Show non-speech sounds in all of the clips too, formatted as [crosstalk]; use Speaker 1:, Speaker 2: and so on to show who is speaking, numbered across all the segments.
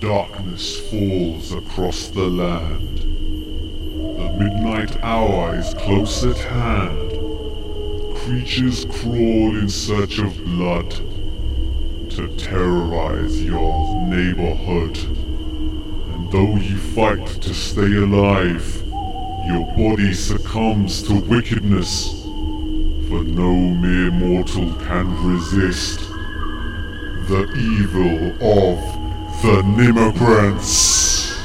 Speaker 1: Darkness falls across the land. The midnight hour is close at hand. Creatures crawl in search of blood to terrorize your neighborhood. And though you fight to stay alive, your body succumbs to wickedness, for no mere mortal can resist the evil of the Nimmerprince.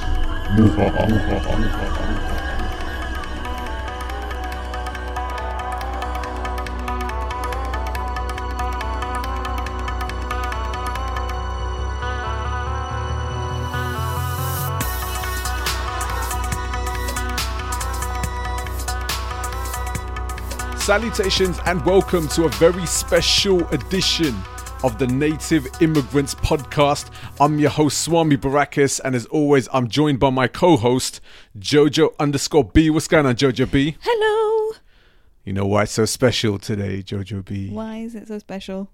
Speaker 2: Salutations and welcome to a very special edition of the Native Immigrants Podcast. I'm your host, Swami Barakas, and as always, I'm joined by my co host, Jojo underscore B. What's going on, Jojo B?
Speaker 3: Hello.
Speaker 2: You know why it's so special today, Jojo B?
Speaker 3: Why is it so special?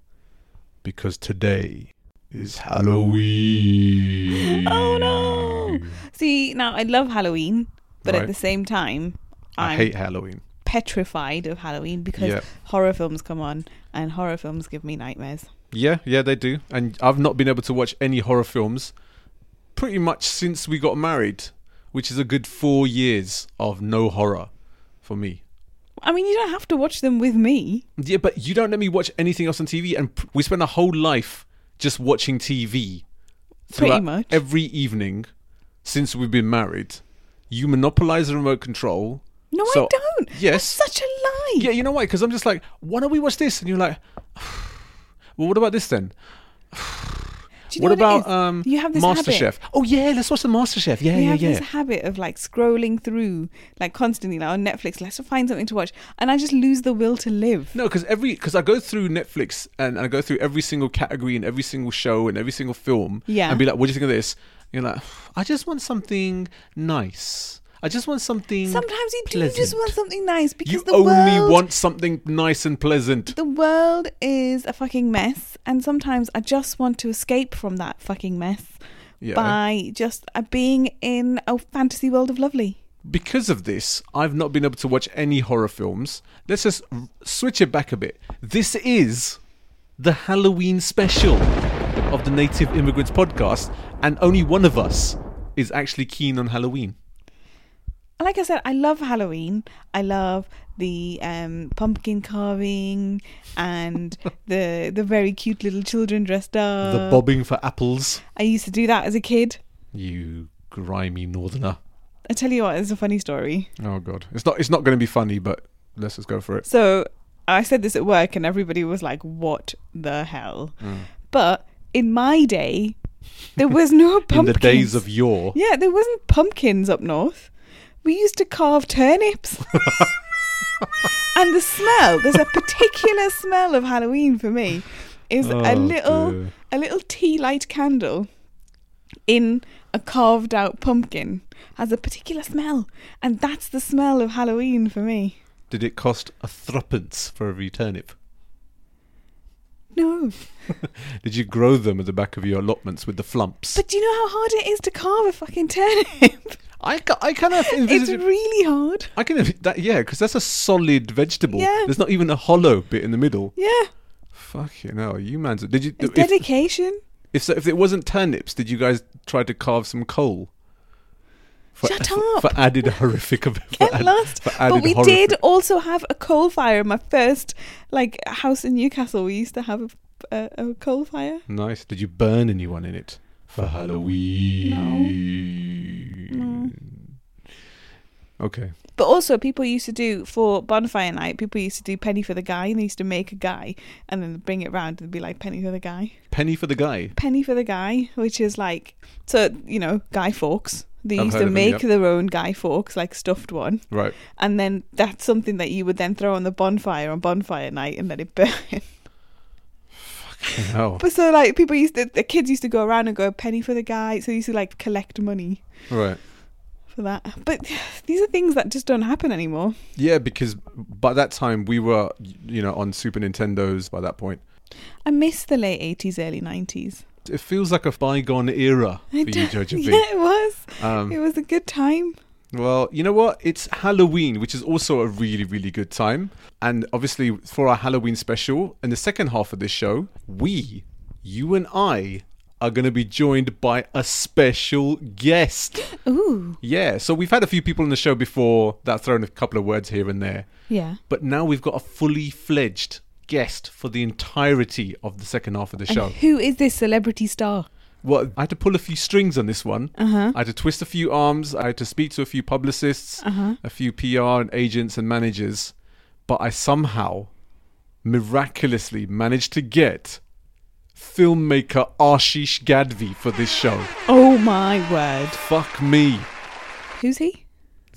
Speaker 2: Because today is Halloween.
Speaker 3: Oh no! See, now I love Halloween, but
Speaker 2: Right.
Speaker 3: at the same time,
Speaker 2: I
Speaker 3: I'm
Speaker 2: hate Halloween.
Speaker 3: petrified of Halloween because
Speaker 2: Yep.
Speaker 3: horror films come on and horror films give me nightmares.
Speaker 2: Yeah, yeah, they do. And I've not been able to watch any horror films pretty much since we got married, which is a good four years of no horror for me.
Speaker 3: I mean, you don't have to watch them with me.
Speaker 2: Yeah, but you don't let me watch anything else on TV, and p- we spend our whole life just watching TV.
Speaker 3: Pretty
Speaker 2: throughout
Speaker 3: much.
Speaker 2: Every evening since we've been married, you monopolize the remote control.
Speaker 3: No, I
Speaker 2: So-
Speaker 3: don't.
Speaker 2: Yes.
Speaker 3: That's such a lie.
Speaker 2: Yeah, you know why? Because I'm just like, why don't we watch this? And you're like, [sighs] well, what about this then?
Speaker 3: Do you
Speaker 2: What
Speaker 3: know
Speaker 2: about
Speaker 3: it is?
Speaker 2: um,
Speaker 3: you have this habit.
Speaker 2: MasterChef? Oh yeah, let's watch the MasterChef. Yeah,
Speaker 3: We
Speaker 2: yeah,
Speaker 3: have
Speaker 2: yeah.
Speaker 3: this habit of like scrolling through like constantly now on Netflix. Let's find something to watch, and I just lose the will to live.
Speaker 2: No, because every because I go through Netflix and I go through every single category and every single show and every single film.
Speaker 3: Yeah.
Speaker 2: And be like, what do you think of this? And you're like, I just want something nice. I just want something.
Speaker 3: Sometimes you do
Speaker 2: Mm. pleasant.
Speaker 3: just want something nice because
Speaker 2: You
Speaker 3: the
Speaker 2: only
Speaker 3: world
Speaker 2: want something nice and pleasant.
Speaker 3: The world is a fucking mess, and sometimes I just want to escape from that fucking mess
Speaker 2: Yeah.
Speaker 3: by just uh, being in a fantasy world of lovely.
Speaker 2: Because of this, I've not been able to watch any horror films. Let's just r- switch it back a bit. This is the Halloween special of the Native Immigrants podcast, and only one of us is actually keen on Halloween.
Speaker 3: And Like I said, I love Halloween. I love the um, pumpkin carving
Speaker 2: [laughs]
Speaker 3: and the the very cute little children dressed up.
Speaker 2: the bobbing for apples.
Speaker 3: I used to do that as a kid.
Speaker 2: You grimy northerner.
Speaker 3: I tell you what, it's a funny story.
Speaker 2: Oh god, it's not. It's not going to be funny, but let's just go for it.
Speaker 3: So I said this at work, and everybody was like, "What the hell?"
Speaker 2: Mm.
Speaker 3: But in my day, there was no
Speaker 2: [laughs]
Speaker 3: pumpkins.
Speaker 2: In the days of yore,
Speaker 3: yeah, there wasn't pumpkins up north. We used to
Speaker 2: [laughs]
Speaker 3: carve turnips. and the smell, there's a particular smell of Halloween for me, is
Speaker 2: Oh,
Speaker 3: a little
Speaker 2: dear.
Speaker 3: a little tea light candle in a carved out pumpkin has a particular smell, and that's the smell of Halloween for me.
Speaker 2: did it cost a threepence for every turnip?
Speaker 3: No.
Speaker 2: Did you grow them at the back of your allotments with the flumps?
Speaker 3: But do you know how hard it is to carve a fucking turnip?
Speaker 2: [laughs] I, ca- I kind of
Speaker 3: [laughs] it's
Speaker 2: envisage.
Speaker 3: really hard.
Speaker 2: I can envi- that yeah, because that's a solid vegetable.
Speaker 3: Yeah.
Speaker 2: There's not even a hollow bit in the middle.
Speaker 3: Yeah.
Speaker 2: Fucking hell, you man's. Did you?
Speaker 3: It's
Speaker 2: if, [laughs]
Speaker 3: dedication.
Speaker 2: if so, if it wasn't turnips, did you guys try to carve some coal? For,
Speaker 3: Shut
Speaker 2: for- [laughs]
Speaker 3: up.
Speaker 2: For added horrific. [laughs] for
Speaker 3: Get
Speaker 2: add-
Speaker 3: lost.
Speaker 2: for added
Speaker 3: But we
Speaker 2: horrific-
Speaker 3: did also have a coal fire in my first like house in Newcastle. We used to have a, a, a coal fire.
Speaker 2: Nice. Did you burn anyone in it for Halloween? Okay.
Speaker 3: But also people used to do for bonfire night, people used to do penny for the guy and they used to make a guy and then bring it round and be like penny for the guy.
Speaker 2: Penny for the guy.
Speaker 3: penny for the guy, which is like so you know Guy Fawkes. They
Speaker 2: I've
Speaker 3: used
Speaker 2: heard
Speaker 3: to
Speaker 2: of him,
Speaker 3: make
Speaker 2: yep.
Speaker 3: their own Guy Fawkes, like stuffed one,
Speaker 2: Right. [laughs]
Speaker 3: and then that's something that you would then throw on the bonfire on bonfire night and let it burn. [laughs]
Speaker 2: Oh,
Speaker 3: but so like people used to, the kids used to go around and go penny for the guy, so they used to like collect money
Speaker 2: right.
Speaker 3: for that. But [sighs] these are things that just don't happen anymore.
Speaker 2: Yeah, because by that time we were, you know, on Super Nintendos by that point.
Speaker 3: I miss the late eighties, early nineties.
Speaker 2: it feels like a bygone era for you,
Speaker 3: It does- [laughs]
Speaker 2: Jojo B.
Speaker 3: yeah, it was.
Speaker 2: Um,
Speaker 3: it was a good time.
Speaker 2: Well, you know what? It's Halloween, which is also a really, really good time. And obviously, for our Halloween special in the second half of this show, we, you and I, are going to be joined by a special guest.
Speaker 3: Ooh,
Speaker 2: Yeah, so we've had a few people on the show before that have thrown a couple of words here and there.
Speaker 3: yeah.
Speaker 2: But now we've got a fully fledged guest for the entirety of the second half of the show.
Speaker 3: And who is this celebrity star?
Speaker 2: Well, I had to pull a few strings on this one. I had to twist a few arms. I had to speak to a few publicists, a few PR and agents and managers. But I somehow miraculously managed to get filmmaker Ashish Gadvi for this show.
Speaker 3: Oh my word!
Speaker 2: Fuck me.
Speaker 3: Who's he?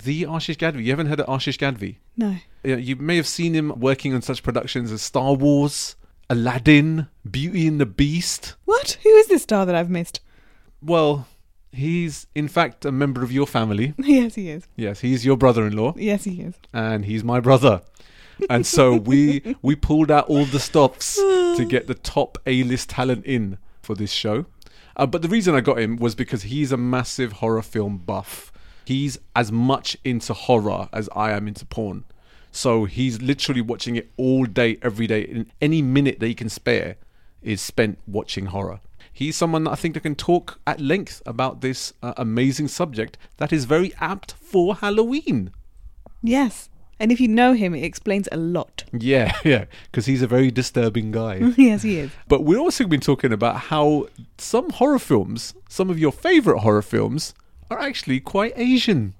Speaker 2: The Ashish Gadvi. You haven't heard of Ashish Gadvi?
Speaker 3: No.
Speaker 2: Yeah, You may have seen him working on such productions as Star Wars, Aladdin, Beauty and the Beast.
Speaker 3: What? Who is this star that I've missed? [laughs]
Speaker 2: Well, he's in fact a member of your family.
Speaker 3: yes, he is.
Speaker 2: Yes, he's your brother-in-law,
Speaker 3: Yes, he is.
Speaker 2: and he's my brother. And so we we pulled out all the stops to get the top A-list talent in for this show. Uh, but the reason I got him was because he's a massive horror film buff. He's as much into horror as I am into porn. So he's literally watching it all day, every day. In any minute that he can spare, is spent watching horror. He's someone that I think that can talk at length about this uh, amazing subject that is very apt for Halloween.
Speaker 3: Yes. And if you know him, it explains a lot.
Speaker 2: Yeah, [laughs] yeah, because he's a very disturbing guy.
Speaker 3: [laughs] yes, he is.
Speaker 2: but we're also been talking about how some horror films, some of your favorite horror films, are actually quite Asian.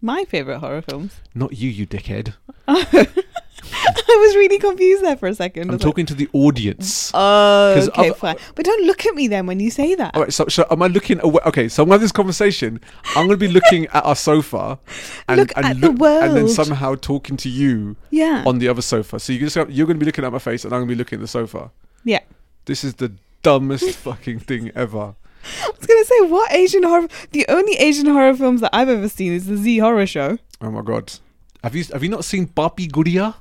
Speaker 3: My favourite horror films. [laughs]
Speaker 2: Not you, you dickhead.
Speaker 3: I was really confused there for a second. I
Speaker 2: I'm
Speaker 3: was like,
Speaker 2: talking to the audience.
Speaker 3: Oh,
Speaker 2: 'Cause
Speaker 3: okay,
Speaker 2: I've-
Speaker 3: fine. But don't look at me then when you say that.
Speaker 2: All right, so, so am I looking away? Okay, so I'm having this conversation. I'm going to be
Speaker 3: [laughs]
Speaker 2: looking at our sofa and,
Speaker 3: Look
Speaker 2: and
Speaker 3: at the
Speaker 2: and then
Speaker 3: world. Uh.
Speaker 2: somehow talking to you
Speaker 3: Yeah.
Speaker 2: on the other sofa. So you're, just, gonna- you're going to be looking at my face and I'm going to be looking at the sofa.
Speaker 3: yeah.
Speaker 2: This is the
Speaker 3: [laughs]
Speaker 2: dumbest fucking thing ever.
Speaker 3: I was going to say, what Asian horror? The only Asian horror films that I've ever seen is the Z Horror Show.
Speaker 2: Oh my god. Have you have you not seen Bapi Guria?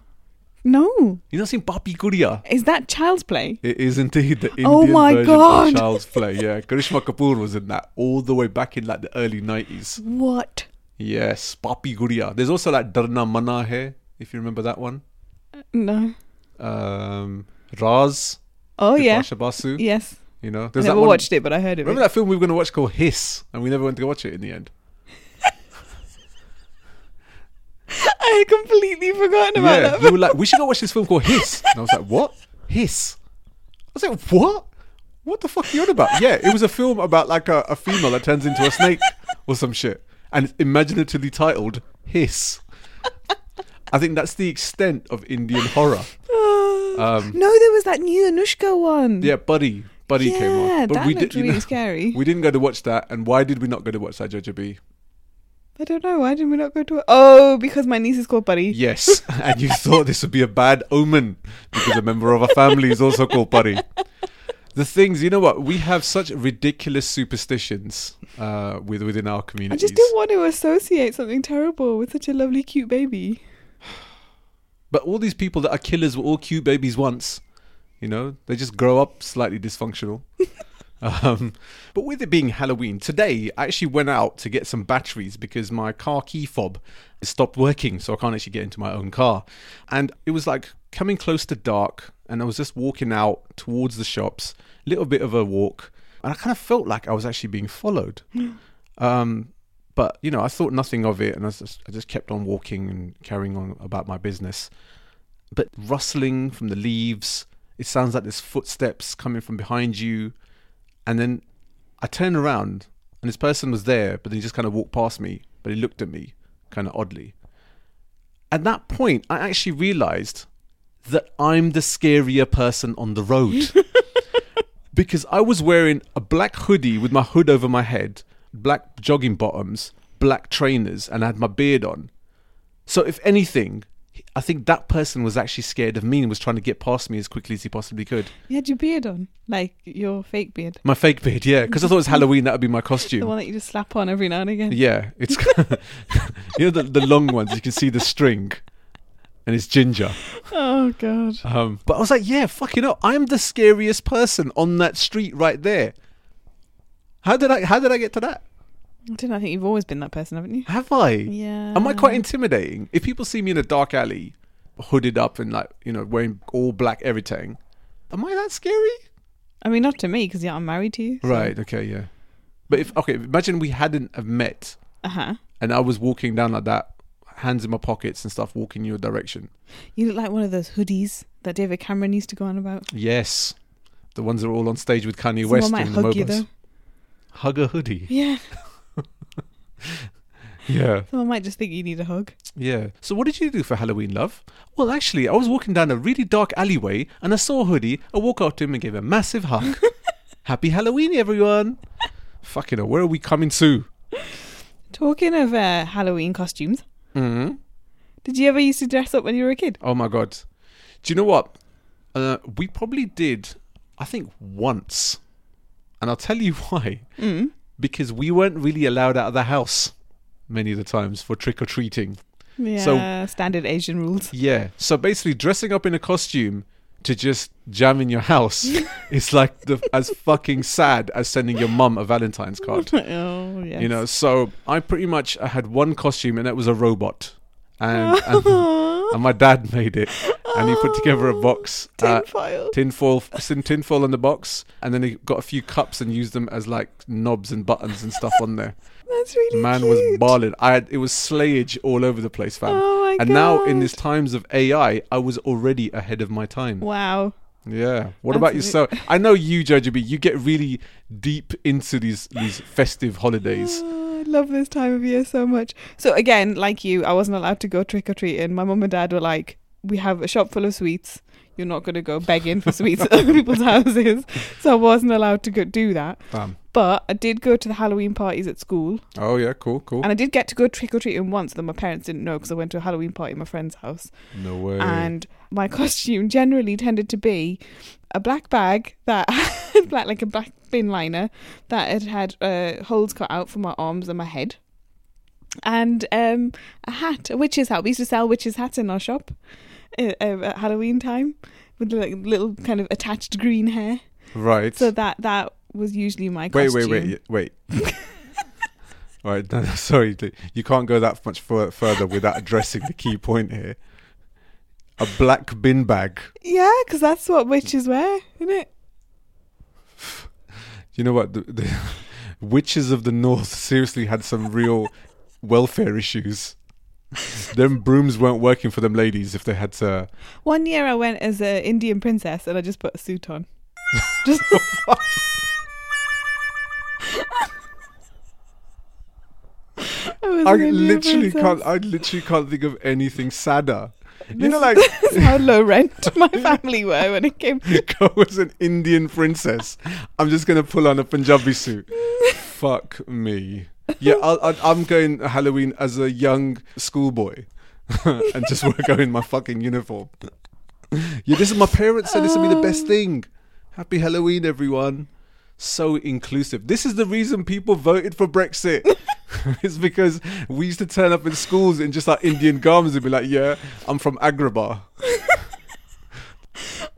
Speaker 3: No.
Speaker 2: You not seen Bapi Guria?
Speaker 3: Is that Child's Play?
Speaker 2: It is indeed the Indian
Speaker 3: Oh my
Speaker 2: version
Speaker 3: God.
Speaker 2: of Child's Play. Yeah, Karishma Kapoor was in that all the way back in like the early nineties.
Speaker 3: What?
Speaker 2: Yes, Bapi Guria. There's also like Darna Mana Hai, if you remember that one.
Speaker 3: No.
Speaker 2: Um, Raz.
Speaker 3: Oh,
Speaker 2: with
Speaker 3: yeah.
Speaker 2: Basha Basu.
Speaker 3: Yes.
Speaker 2: You know,
Speaker 3: I
Speaker 2: there's that
Speaker 3: never
Speaker 2: one.
Speaker 3: watched it, but I heard of it.
Speaker 2: Remember that film we were going to watch called Hiss, and we never went to go watch it in the end.
Speaker 3: I had completely forgotten [laughs] about
Speaker 2: yeah,
Speaker 3: that.
Speaker 2: you were like, we should go watch this film called Hiss. And I was like, what? Hiss. I was like, what? What the fuck are you on about? Yeah, it was a film about like a, a female that turns into a snake or some shit. And it's imaginatively titled Hiss. I think that's the extent of Indian horror.
Speaker 3: [gasps]
Speaker 2: Um,
Speaker 3: no, there was that new Anushka one.
Speaker 2: yeah, Buddy. Buddy came on.
Speaker 3: Yeah, that looked
Speaker 2: you
Speaker 3: really
Speaker 2: know,
Speaker 3: scary.
Speaker 2: [laughs] We didn't go to watch that. And why did we not go to watch that, Jojo B?
Speaker 3: I don't know. Why did we not go to it? Oh, because my niece is called Buddy.
Speaker 2: Yes, [laughs] and you thought this would be a bad omen because a member of our family is also called Buddy. The things, you know what? We have such ridiculous superstitions uh, with within our
Speaker 3: I
Speaker 2: communities.
Speaker 3: just didn't want to associate something terrible with such a lovely, cute baby.
Speaker 2: but all these people that are killers were all cute babies once. You know, they just grow up slightly dysfunctional. [laughs] um, but with it being Halloween, today I actually went out to get some batteries because my car key fob stopped working, so I can't actually get into my own car. And it was like coming close to dark, and I was just walking out towards the shops, little bit of a walk, and I kind of felt like I was actually being followed. Um, but you know, I thought nothing of it, and I just, I just kept on walking and carrying on about my business. But rustling from the leaves, it sounds like there's footsteps coming from behind you, and then I turn around, and this person was there, but he just kind of walked past me, but he looked at me kind of oddly. At that point, I actually realised that I'm the scarier person on the road because I was wearing a black hoodie with my hood over my head, black jogging bottoms, black trainers, and I had my beard on. So, if anything, I think that person was actually scared of me and was trying to get past me as quickly as he possibly could.
Speaker 3: You had your beard on, like your fake beard,
Speaker 2: My fake beard, yeah, because I thought it was Halloween, that would be my
Speaker 3: the [laughs]
Speaker 2: costume.
Speaker 3: one that you just slap
Speaker 2: [laughs]
Speaker 3: on every now and again.
Speaker 2: Yeah, it's you know the, the long ones. You can see the string. and it's Ginger.
Speaker 3: Oh god.
Speaker 2: Um, but I was like, yeah, fucking up. I'm the scariest person on that street right there. How did I? How did I get to that?
Speaker 3: I don't know, I think you've always been that person, haven't you?
Speaker 2: Have I?
Speaker 3: Yeah.
Speaker 2: Am I quite intimidating? If people see me in a dark alley, hooded up and like you know wearing all black everything, am I that scary?
Speaker 3: I mean, not to me because yeah, I'm married to you.
Speaker 2: Right. Okay. Yeah. But if okay, imagine we hadn't have met,
Speaker 3: Uh huh.
Speaker 2: and I was walking down like that, hands in my pockets and stuff, walking your direction.
Speaker 3: You look like one of those hoodies that David Cameron used to go on about.
Speaker 2: Yes, the ones that are all on stage with Kanye
Speaker 3: Someone
Speaker 2: West
Speaker 3: might
Speaker 2: doing the
Speaker 3: hug you,
Speaker 2: mobiles.
Speaker 3: though.
Speaker 2: Hug a hoodie.
Speaker 3: Yeah.
Speaker 2: [laughs] Yeah.
Speaker 3: Someone might just think you need a hug.
Speaker 2: Yeah. So what did you do for Halloween, love? Well, actually, I was walking down a really dark alleyway and I saw a hoodie. I walked up to him and gave a massive
Speaker 3: [laughs]
Speaker 2: hug. Happy Halloween, everyone! Fucking hell, where are we coming to?
Speaker 3: Talking of uh, Halloween costumes,
Speaker 2: hmm
Speaker 3: did you ever used to dress up when you were a kid?
Speaker 2: Oh my god. Do you know what? Uh, we probably did, I think, once. And I'll tell you [laughs] why.
Speaker 3: Mm.
Speaker 2: Because we weren't really allowed out of the house many of the times for trick or treating.
Speaker 3: Yeah. standard Asian
Speaker 2: [laughs]
Speaker 3: rules. [laughs]
Speaker 2: Yeah. So basically, dressing up in a costume to just jam in your
Speaker 3: [laughs]
Speaker 2: house [laughs] is like the, as fucking sad as sending your mum a Valentine's card.
Speaker 3: oh yes.
Speaker 2: You
Speaker 3: [laughs]
Speaker 2: know. So I pretty much I had one costume and that was a robot, and
Speaker 3: [laughs]
Speaker 2: and,
Speaker 3: Aw,
Speaker 2: and my dad made it, and he put together a box. Uh,
Speaker 3: tinfoil.
Speaker 2: Tinfoil, some tinfoil in the box, and then he got a few cups and used them as like knobs and buttons and stuff on there.
Speaker 3: That's really
Speaker 2: Man
Speaker 3: cute.
Speaker 2: was balling. I had, it was slayage all over the place, fam
Speaker 3: Oh my
Speaker 2: and now in
Speaker 3: God.
Speaker 2: these times of AI, I was already ahead of my time.
Speaker 3: Wow.
Speaker 2: Yeah. What about yourself?
Speaker 3: Absolute-
Speaker 2: I know you, Jojo B. You get really deep into these these festive holidays.
Speaker 3: Oh, I love this time of year so much. So again, like you, I wasn't allowed to go trick or treating. My mum and dad were like, "We have a shop full of sweets. You're not going to go begging for sweets at other people's [laughs] houses." So I wasn't allowed to go do that.
Speaker 2: Bam.
Speaker 3: But I did go to the Halloween parties at school,
Speaker 2: Oh yeah, cool, cool.
Speaker 3: and I did get to go trick or treating once. Though my parents didn't know because I went to a Halloween party at my friend's house,
Speaker 2: No way.
Speaker 3: and my [laughs] costume generally tended to be a black bag that had [laughs] black like a black bin liner that had had uh, holes cut out for my arms and my head and um, a hat a witch's hat we used to sell witches hats in our shop uh, uh, at halloween time with like little kind of attached green hair
Speaker 2: right.
Speaker 3: so that that was usually my
Speaker 2: wait,
Speaker 3: costume
Speaker 2: wait, wait, yeah, wait, [laughs] All right, no, no, sorry, d- you can't go that much fur- further without addressing the key point here. A black bin bag.
Speaker 3: yeah because that's what witches wear isn't it
Speaker 2: You know what? The, the [laughs] witches of the north seriously had some real welfare issues. Them brooms weren't working for them ladies if they had to.
Speaker 3: one year i went as an indian princess and i just put a
Speaker 2: [laughs]
Speaker 3: suit on just I, was
Speaker 2: I
Speaker 3: an Indian
Speaker 2: literally
Speaker 3: princess.
Speaker 2: can't. I literally can't think of anything sadder. You
Speaker 3: This-
Speaker 2: know, like
Speaker 3: [laughs] this is how low
Speaker 2: [laughs]
Speaker 3: rent my family were when it came.
Speaker 2: go as an Indian princess. I'm just gonna pull on a Punjabi suit. Fuck me. Yeah, I'll, I'll, I'm going Halloween as a young schoolboy, [laughs] and just wear go in my fucking uniform. Yeah, this is my parents said this would be the best thing. Happy Halloween, everyone. So inclusive. This is the reason people voted for Brexit. [laughs] it's because we used to turn up in schools in just like Indian garments and be like, "Yeah, I'm from Agrabah."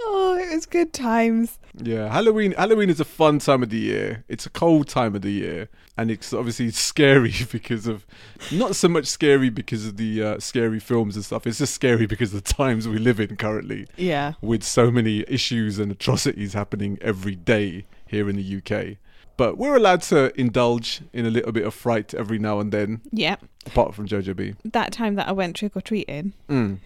Speaker 3: Oh, it was good times.
Speaker 2: Yeah, Halloween. Halloween is a fun time of the year. It's a cold time of the year, and it's obviously [laughs] scary because of not so much scary because of the uh, scary films and stuff. It's just scary because of the times we live in currently,
Speaker 3: Yeah.
Speaker 2: with so many issues and atrocities happening every day here in the UK. But we're allowed to indulge in a little bit of fright every now and then,
Speaker 3: Yeah.
Speaker 2: apart from Jojo B.
Speaker 3: That time that I went trick or treating,
Speaker 2: Mm.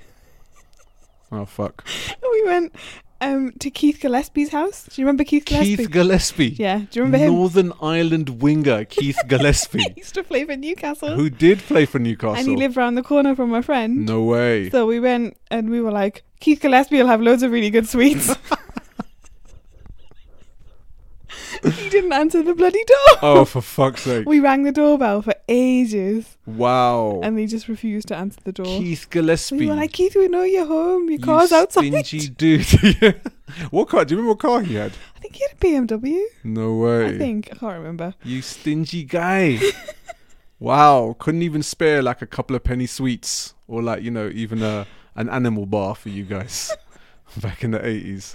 Speaker 2: Oh fuck,
Speaker 3: we went um, to Keith Gillespie's house. Do you remember Keith Gillespie?
Speaker 2: Keith Gillespie.
Speaker 3: yeah. Do you remember him?
Speaker 2: Northern Ireland winger Keith
Speaker 3: [laughs] He
Speaker 2: Gillespie.
Speaker 3: used to play for Newcastle.
Speaker 2: who did play for Newcastle.
Speaker 3: and he lived round the corner from my friend.
Speaker 2: no way.
Speaker 3: So we went and we were like, Keith Gillespie will have loads of really good
Speaker 2: [laughs]
Speaker 3: sweets. he didn't answer the bloody door. [laughs]
Speaker 2: oh, for fuck's sake!
Speaker 3: We rang the doorbell for ages
Speaker 2: wow.
Speaker 3: and he just refused to answer the door.
Speaker 2: Oh. Keith Gillespie.
Speaker 3: We were like, Keith, we know you're home.
Speaker 2: You
Speaker 3: Your car's outside.
Speaker 2: Stingy dude. [laughs] what car? Do you remember what car he had?
Speaker 3: I think he had a BMW.
Speaker 2: No way.
Speaker 3: I think. I can't remember.
Speaker 2: You stingy
Speaker 3: [laughs]
Speaker 2: guy. wow. Couldn't even spare like a couple of penny sweets or like you know even a an animal bar for you guys [laughs] back in the 80s.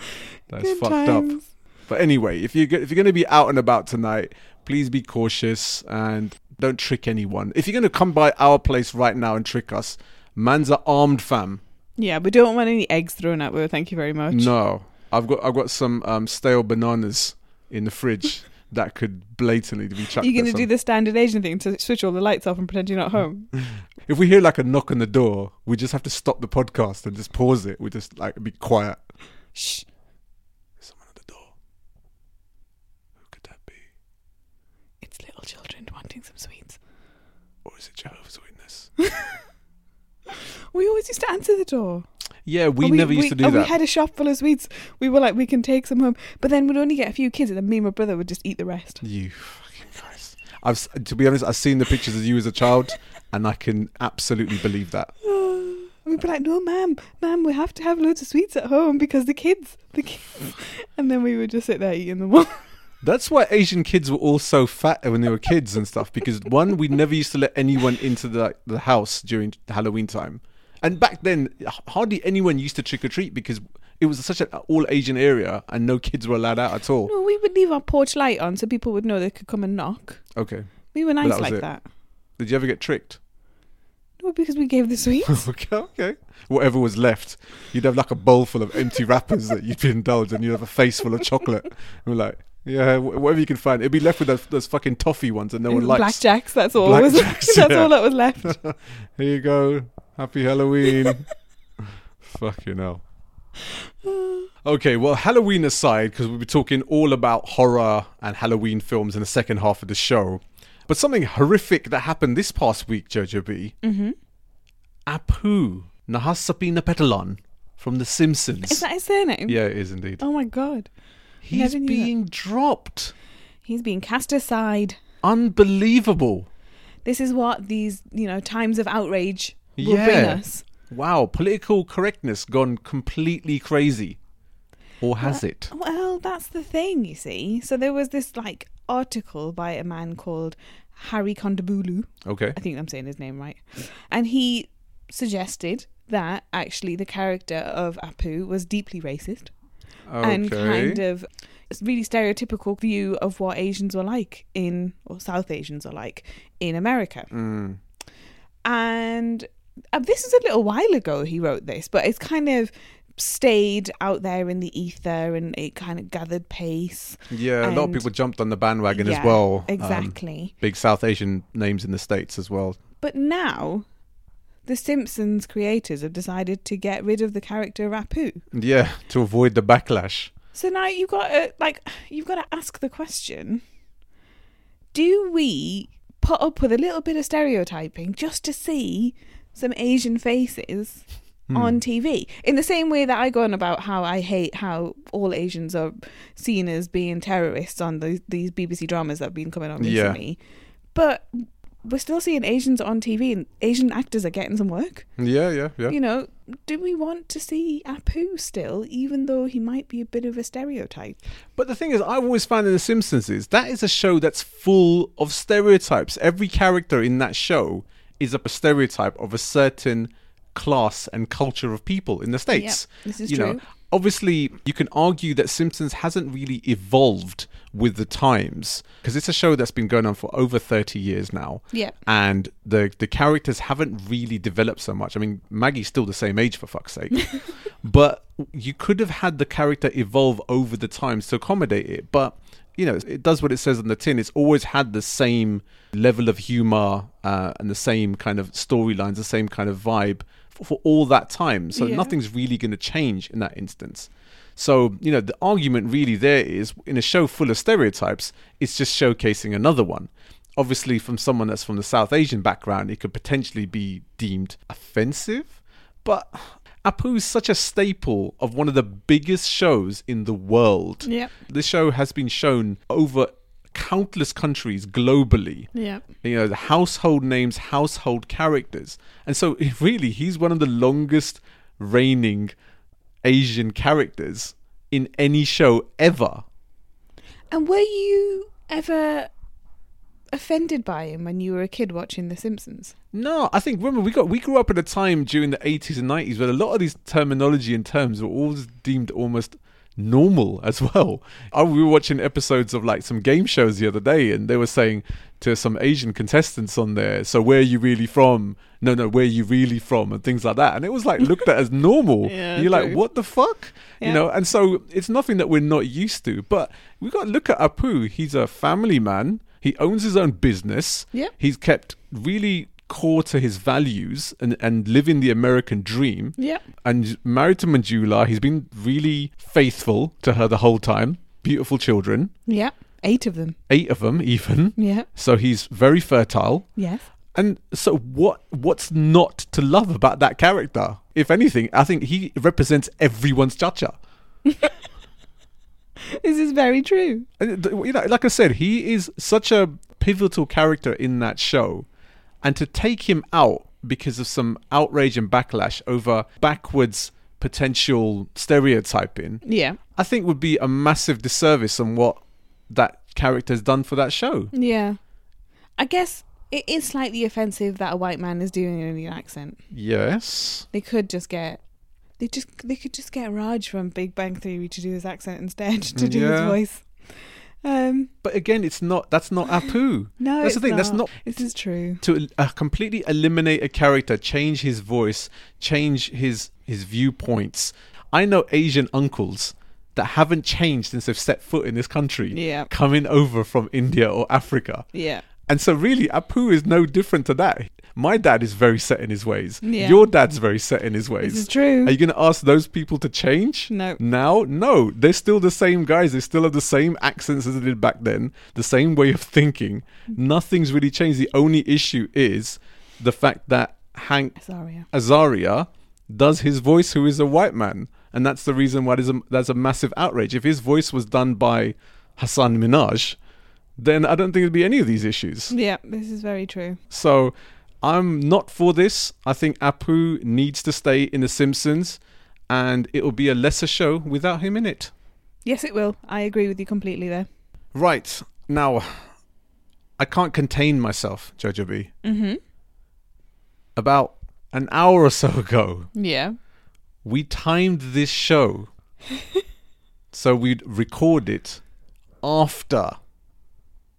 Speaker 2: That's
Speaker 3: Good
Speaker 2: fucked up.
Speaker 3: times.
Speaker 2: But anyway, if you if you're going to be out and about tonight, please be cautious and don't trick anyone. If you're going to come by our place right now and trick us, man's are armed, fam.
Speaker 3: Yeah, we don't want any eggs thrown at her. Thank you very much.
Speaker 2: No, I've got I've got some um, stale bananas in the fridge that could blatantly be chucked.
Speaker 3: You're
Speaker 2: at
Speaker 3: going to do
Speaker 2: some-
Speaker 3: the standard Asian thing to switch all the lights off and pretend you're not home.
Speaker 2: If we hear like a knock on the door, we just have to stop the podcast and just pause it. We just like be quiet.
Speaker 3: Shh.
Speaker 2: Someone at the door. Who could that be?
Speaker 3: It's little children wanting some sweets.
Speaker 2: Or is it Jehovah's Witness?
Speaker 3: We always used to answer the door.
Speaker 2: Yeah, we,
Speaker 3: And
Speaker 2: never used to do
Speaker 3: and
Speaker 2: that.
Speaker 3: We had a shop full of sweets. We were like, we can take some home. But then we'd only get a few kids, and then me and my brother would just eat the rest.
Speaker 2: You fucking guys. I've s- to be honest, I've seen the pictures of you as a [laughs] child, and I can absolutely believe that.
Speaker 3: [sighs] And we'd be like, no, ma'am, ma'am, we have to have loads of sweets at home because the kids, the kids. [laughs] And then we would just sit there eating them all.
Speaker 2: That's why Asian kids were all so fat when they were kids and stuff. Because one, we never used to let anyone into the the house during Halloween time, and back then h- hardly anyone used to trick or treat because it was such an uh, all Asian area and no kids were allowed out at all.
Speaker 3: No, we would leave our porch light on so people would know they could come and knock.
Speaker 2: Okay,
Speaker 3: We were nice
Speaker 2: that was
Speaker 3: like
Speaker 2: it.
Speaker 3: that.
Speaker 2: did you ever get tricked?
Speaker 3: No, because
Speaker 2: [laughs]
Speaker 3: we gave the sweets.
Speaker 2: okay, okay. Whatever was left, you'd have like a bowl full of empty wrappers that you'd indulge, and you'd have a face full of chocolate. And we're like, yeah, wh- whatever you can find. It'd be left with those, those fucking toffee ones that no one likes.
Speaker 3: Blackjacks, [laughs] that's all.
Speaker 2: Blackjacks,
Speaker 3: that's
Speaker 2: yeah.
Speaker 3: all that was left.
Speaker 2: [laughs] Here you go. Happy Halloween. [laughs] Fucking hell. Okay, well, Halloween aside, because we'll be talking all about horror and Halloween films in the second half of the show. But something horrific that happened this past week, Jojo B. Mm-hmm. Apu Nahasapina Petalon from The Simpsons.
Speaker 3: Is that his surname?
Speaker 2: yeah, it is indeed.
Speaker 3: Oh my god.
Speaker 2: He's
Speaker 3: never knew that.
Speaker 2: being dropped.
Speaker 3: He's being cast aside.
Speaker 2: Unbelievable.
Speaker 3: This is what these, you know, times of outrage will bring
Speaker 2: Yeah.
Speaker 3: us.
Speaker 2: Wow, political correctness gone completely crazy. Or has it?
Speaker 3: Well, that's the thing, you see. So there was this like article by a man called Harry Kondabulu.
Speaker 2: Okay.
Speaker 3: I think I'm saying his name right. And he suggested that actually the character of Apu was deeply racist and kind of it's really stereotypical view of what Asians were like in or South Asians are like in America.
Speaker 2: Mm.
Speaker 3: And uh, this is a little while ago he wrote this, but it's kind of stayed out there in the ether and it kind of gathered pace.
Speaker 2: yeah, a lot of
Speaker 3: and-
Speaker 2: people jumped on the bandwagon
Speaker 3: Yeah,
Speaker 2: as well. um,
Speaker 3: Exactly.
Speaker 2: big South Asian names in the States as well.
Speaker 3: But now the Simpsons creators have decided to get rid of the character Rapu.
Speaker 2: Yeah, [laughs] to avoid the backlash.
Speaker 3: So now you've got to like you've got to ask the question: Do we put up with a little bit of stereotyping just to see some Asian faces on TV? In the same way that I go on about how I hate how all Asians are seen as being terrorists on these these BBC dramas that have been coming on
Speaker 2: Yeah.
Speaker 3: recently, but we're still seeing Asians on TV and Asian actors are getting some work.
Speaker 2: Yeah, yeah, yeah.
Speaker 3: You know, do we want to see Apu still, even though he might be a bit of a stereotype?
Speaker 2: But the thing is, I've always found in The Simpsons is that is a show that's full of stereotypes. Every character in that show is a stereotype of a certain class and culture of people in the states.
Speaker 3: this is
Speaker 2: you
Speaker 3: true.
Speaker 2: Know, obviously, you can argue that Simpsons hasn't really evolved with the times because it's a show that's been going on for over thirty years now.
Speaker 3: Yeah.
Speaker 2: and the the characters haven't really developed so much. I mean, Maggie's still the same age for fuck's
Speaker 3: [laughs]
Speaker 2: sake. but you could have had the character evolve over the times to accommodate it. But you know, it does what it says on the tin. It's always had the same level of humor uh, and the same kind of storylines, the same kind of vibe for, for all that time. So
Speaker 3: Yeah.
Speaker 2: nothing's really going to change in that instance. So you know, the argument really there is in a show full of stereotypes, it's just showcasing another one obviously from someone that's from the South Asian background, it could potentially be deemed offensive. But Apu is such a staple of one of the biggest shows in the world.
Speaker 3: Yep.
Speaker 2: This show has been shown over countless countries globally
Speaker 3: Yeah.
Speaker 2: you know the household names household characters and so [laughs] it really he's one of the longest reigning asian characters in any show ever
Speaker 3: And were you ever offended by him when you were a kid watching The Simpsons?
Speaker 2: No, I think remember we got we grew up at a time during the eighties and nineties where a lot of these terminology and terms were all just deemed almost normal [laughs] as well. I, we were watching episodes of like some game shows the other day, and they were saying to some Asian contestants on there, "So where are you really from?" No, no, where are you really from, and things like that. And it was like looked
Speaker 3: [laughs]
Speaker 2: at as normal.
Speaker 3: Yeah,
Speaker 2: And You're like,
Speaker 3: true.
Speaker 2: what the fuck? You
Speaker 3: Yeah.
Speaker 2: know. And so it's nothing that we're not used to. But we got to look at Apu. He's a family man. He owns his own business
Speaker 3: Yeah.
Speaker 2: he's kept really core to his values and, and living the American dream.
Speaker 3: Yeah.
Speaker 2: And married to Manjula, he's been really faithful to her the whole time. Beautiful children,
Speaker 3: Yeah. Eight of them.
Speaker 2: eight of them even.
Speaker 3: Yeah.
Speaker 2: So he's very fertile.
Speaker 3: Yes. [laughs]
Speaker 2: And so what what's not to love about that character? If anything, I think he represents everyone's cha-cha.
Speaker 3: This is very true.
Speaker 2: And, th- you know, like I said, he is such a pivotal character in that show, and to take him out because of some outrage and backlash over backwards potential stereotyping,
Speaker 3: Yeah.
Speaker 2: I think would be a massive disservice on what that character's done for that show.
Speaker 3: Yeah. I guess it is slightly offensive that a white man is doing an Indian accent.
Speaker 2: Yes.
Speaker 3: They could just get they just they could just get Raj from Big Bang Theory to do his accent instead [laughs] to do his
Speaker 2: Yeah.
Speaker 3: voice. Um
Speaker 2: But again, it's not. That's not Apu.
Speaker 3: no,
Speaker 2: that's the
Speaker 3: it's
Speaker 2: thing. That's not
Speaker 3: This is true.
Speaker 2: to uh, completely eliminate a character, change his voice, change his his viewpoints. I know Asian uncles that haven't changed since they've set foot in this country,
Speaker 3: Yeah.
Speaker 2: coming over from India or Africa.
Speaker 3: Yeah.
Speaker 2: And so, really, Apu is no different to that. My dad is very set in his ways.
Speaker 3: Yeah.
Speaker 2: Your dad's very set in his ways.
Speaker 3: This is true.
Speaker 2: Are you going to ask those people to change?
Speaker 3: No.
Speaker 2: Now? No. They're still the same guys. They still have the same accents as they did back then, the same way of thinking. Nothing's really changed. The only issue is the fact that Hank
Speaker 3: Sorry.
Speaker 2: Azaria does his voice, who is a white man. And that's the reason why there's a, there's a massive outrage. If his voice was done by Hassan Minaj, then I don't think there'd be any of these issues.
Speaker 3: Yeah, this is very true.
Speaker 2: So I'm not for this. I think Apu needs to stay in The Simpsons, and it will be a lesser show without him in it.
Speaker 3: Yes, it will. I agree with you completely there.
Speaker 2: Right now, I can't contain myself, Jojo B.
Speaker 3: Mhm.
Speaker 2: About an hour or so ago,
Speaker 3: Yeah.
Speaker 2: we timed this show so we'd record it after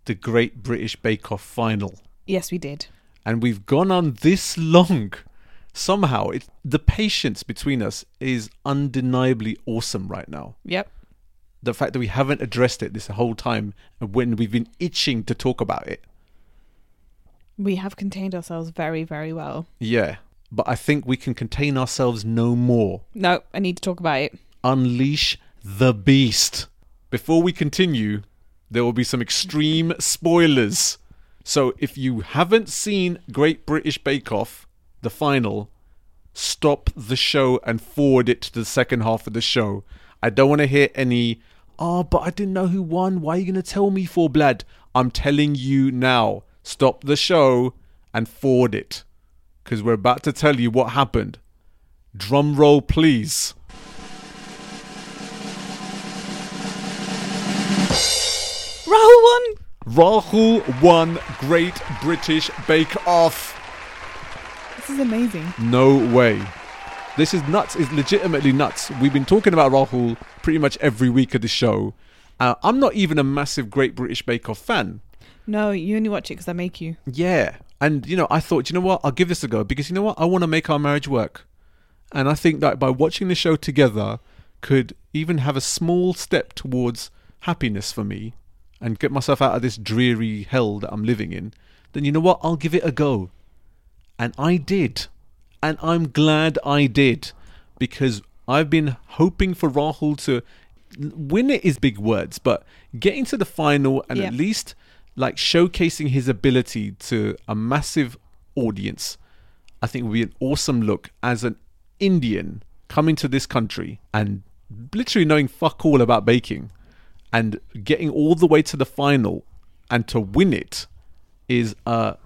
Speaker 2: the Great British Bake Off final.
Speaker 3: Yes, we did.
Speaker 2: and we've gone on this long. Somehow, it, the patience between us is undeniably awesome right now.
Speaker 3: Yep.
Speaker 2: The fact that we haven't addressed it this whole time when we've been itching to talk about it.
Speaker 3: We have contained ourselves very, very well.
Speaker 2: Yeah. But I think we can contain ourselves no more.
Speaker 3: No, I need to talk about it.
Speaker 2: Unleash the beast. Before we continue, there will be some extreme spoilers. So if you haven't seen Great British Bake Off, the final, stop the show and forward it to the second half of the show. I don't want to hear any, oh, but I didn't know who won. Why are you going to tell me for, Blad? I'm telling you now. Stop the show and forward it. Because we're about to tell you what happened. Drum roll, please.
Speaker 3: Rahul won!
Speaker 2: Rahul won Great British Bake Off.
Speaker 3: This is amazing.
Speaker 2: No way. This is nuts. It's legitimately nuts. We've been talking about Rahul pretty much every week of the show. Uh, I'm not even a massive Great British Bake Off fan.
Speaker 3: No, you only watch it because I make you.
Speaker 2: Yeah. And, you know, I thought, you know what? I'll give this a go because, you know what? I want to make our marriage work. And I think that by watching the show together could even have a small step towards happiness for me and get myself out of this dreary hell that I'm living in. Then, you know what? I'll give it a go. And I did. And I'm glad I did because I've been hoping for Rahul to win it is big words, but getting to the final and
Speaker 3: Yeah.
Speaker 2: at least like showcasing his ability to a massive audience, I think would be an awesome look as an Indian coming to this country and literally knowing fuck all about baking and getting all the way to the final and to win it is a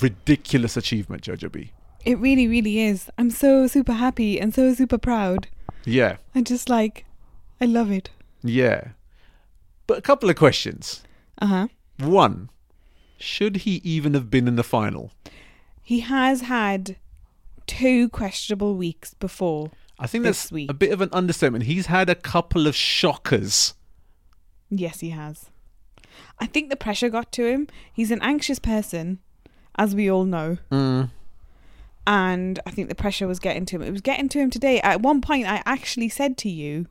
Speaker 2: ridiculous achievement, Jojo B.
Speaker 3: It really, really is. I'm so super happy and so super proud.
Speaker 2: Yeah,
Speaker 3: I just like, I love it.
Speaker 2: yeah. But a couple of questions.
Speaker 3: Uh huh.
Speaker 2: One, Should he even have been in the final?
Speaker 3: He has had two questionable weeks before.
Speaker 2: I think
Speaker 3: This
Speaker 2: that's
Speaker 3: week.
Speaker 2: a bit of an understatement. He's had a couple of shockers.
Speaker 3: Yes, he has. I think the pressure got to him. He's an anxious person, as we all know. And I think the pressure was getting to him. It was getting to him today. At one point, I actually said to you,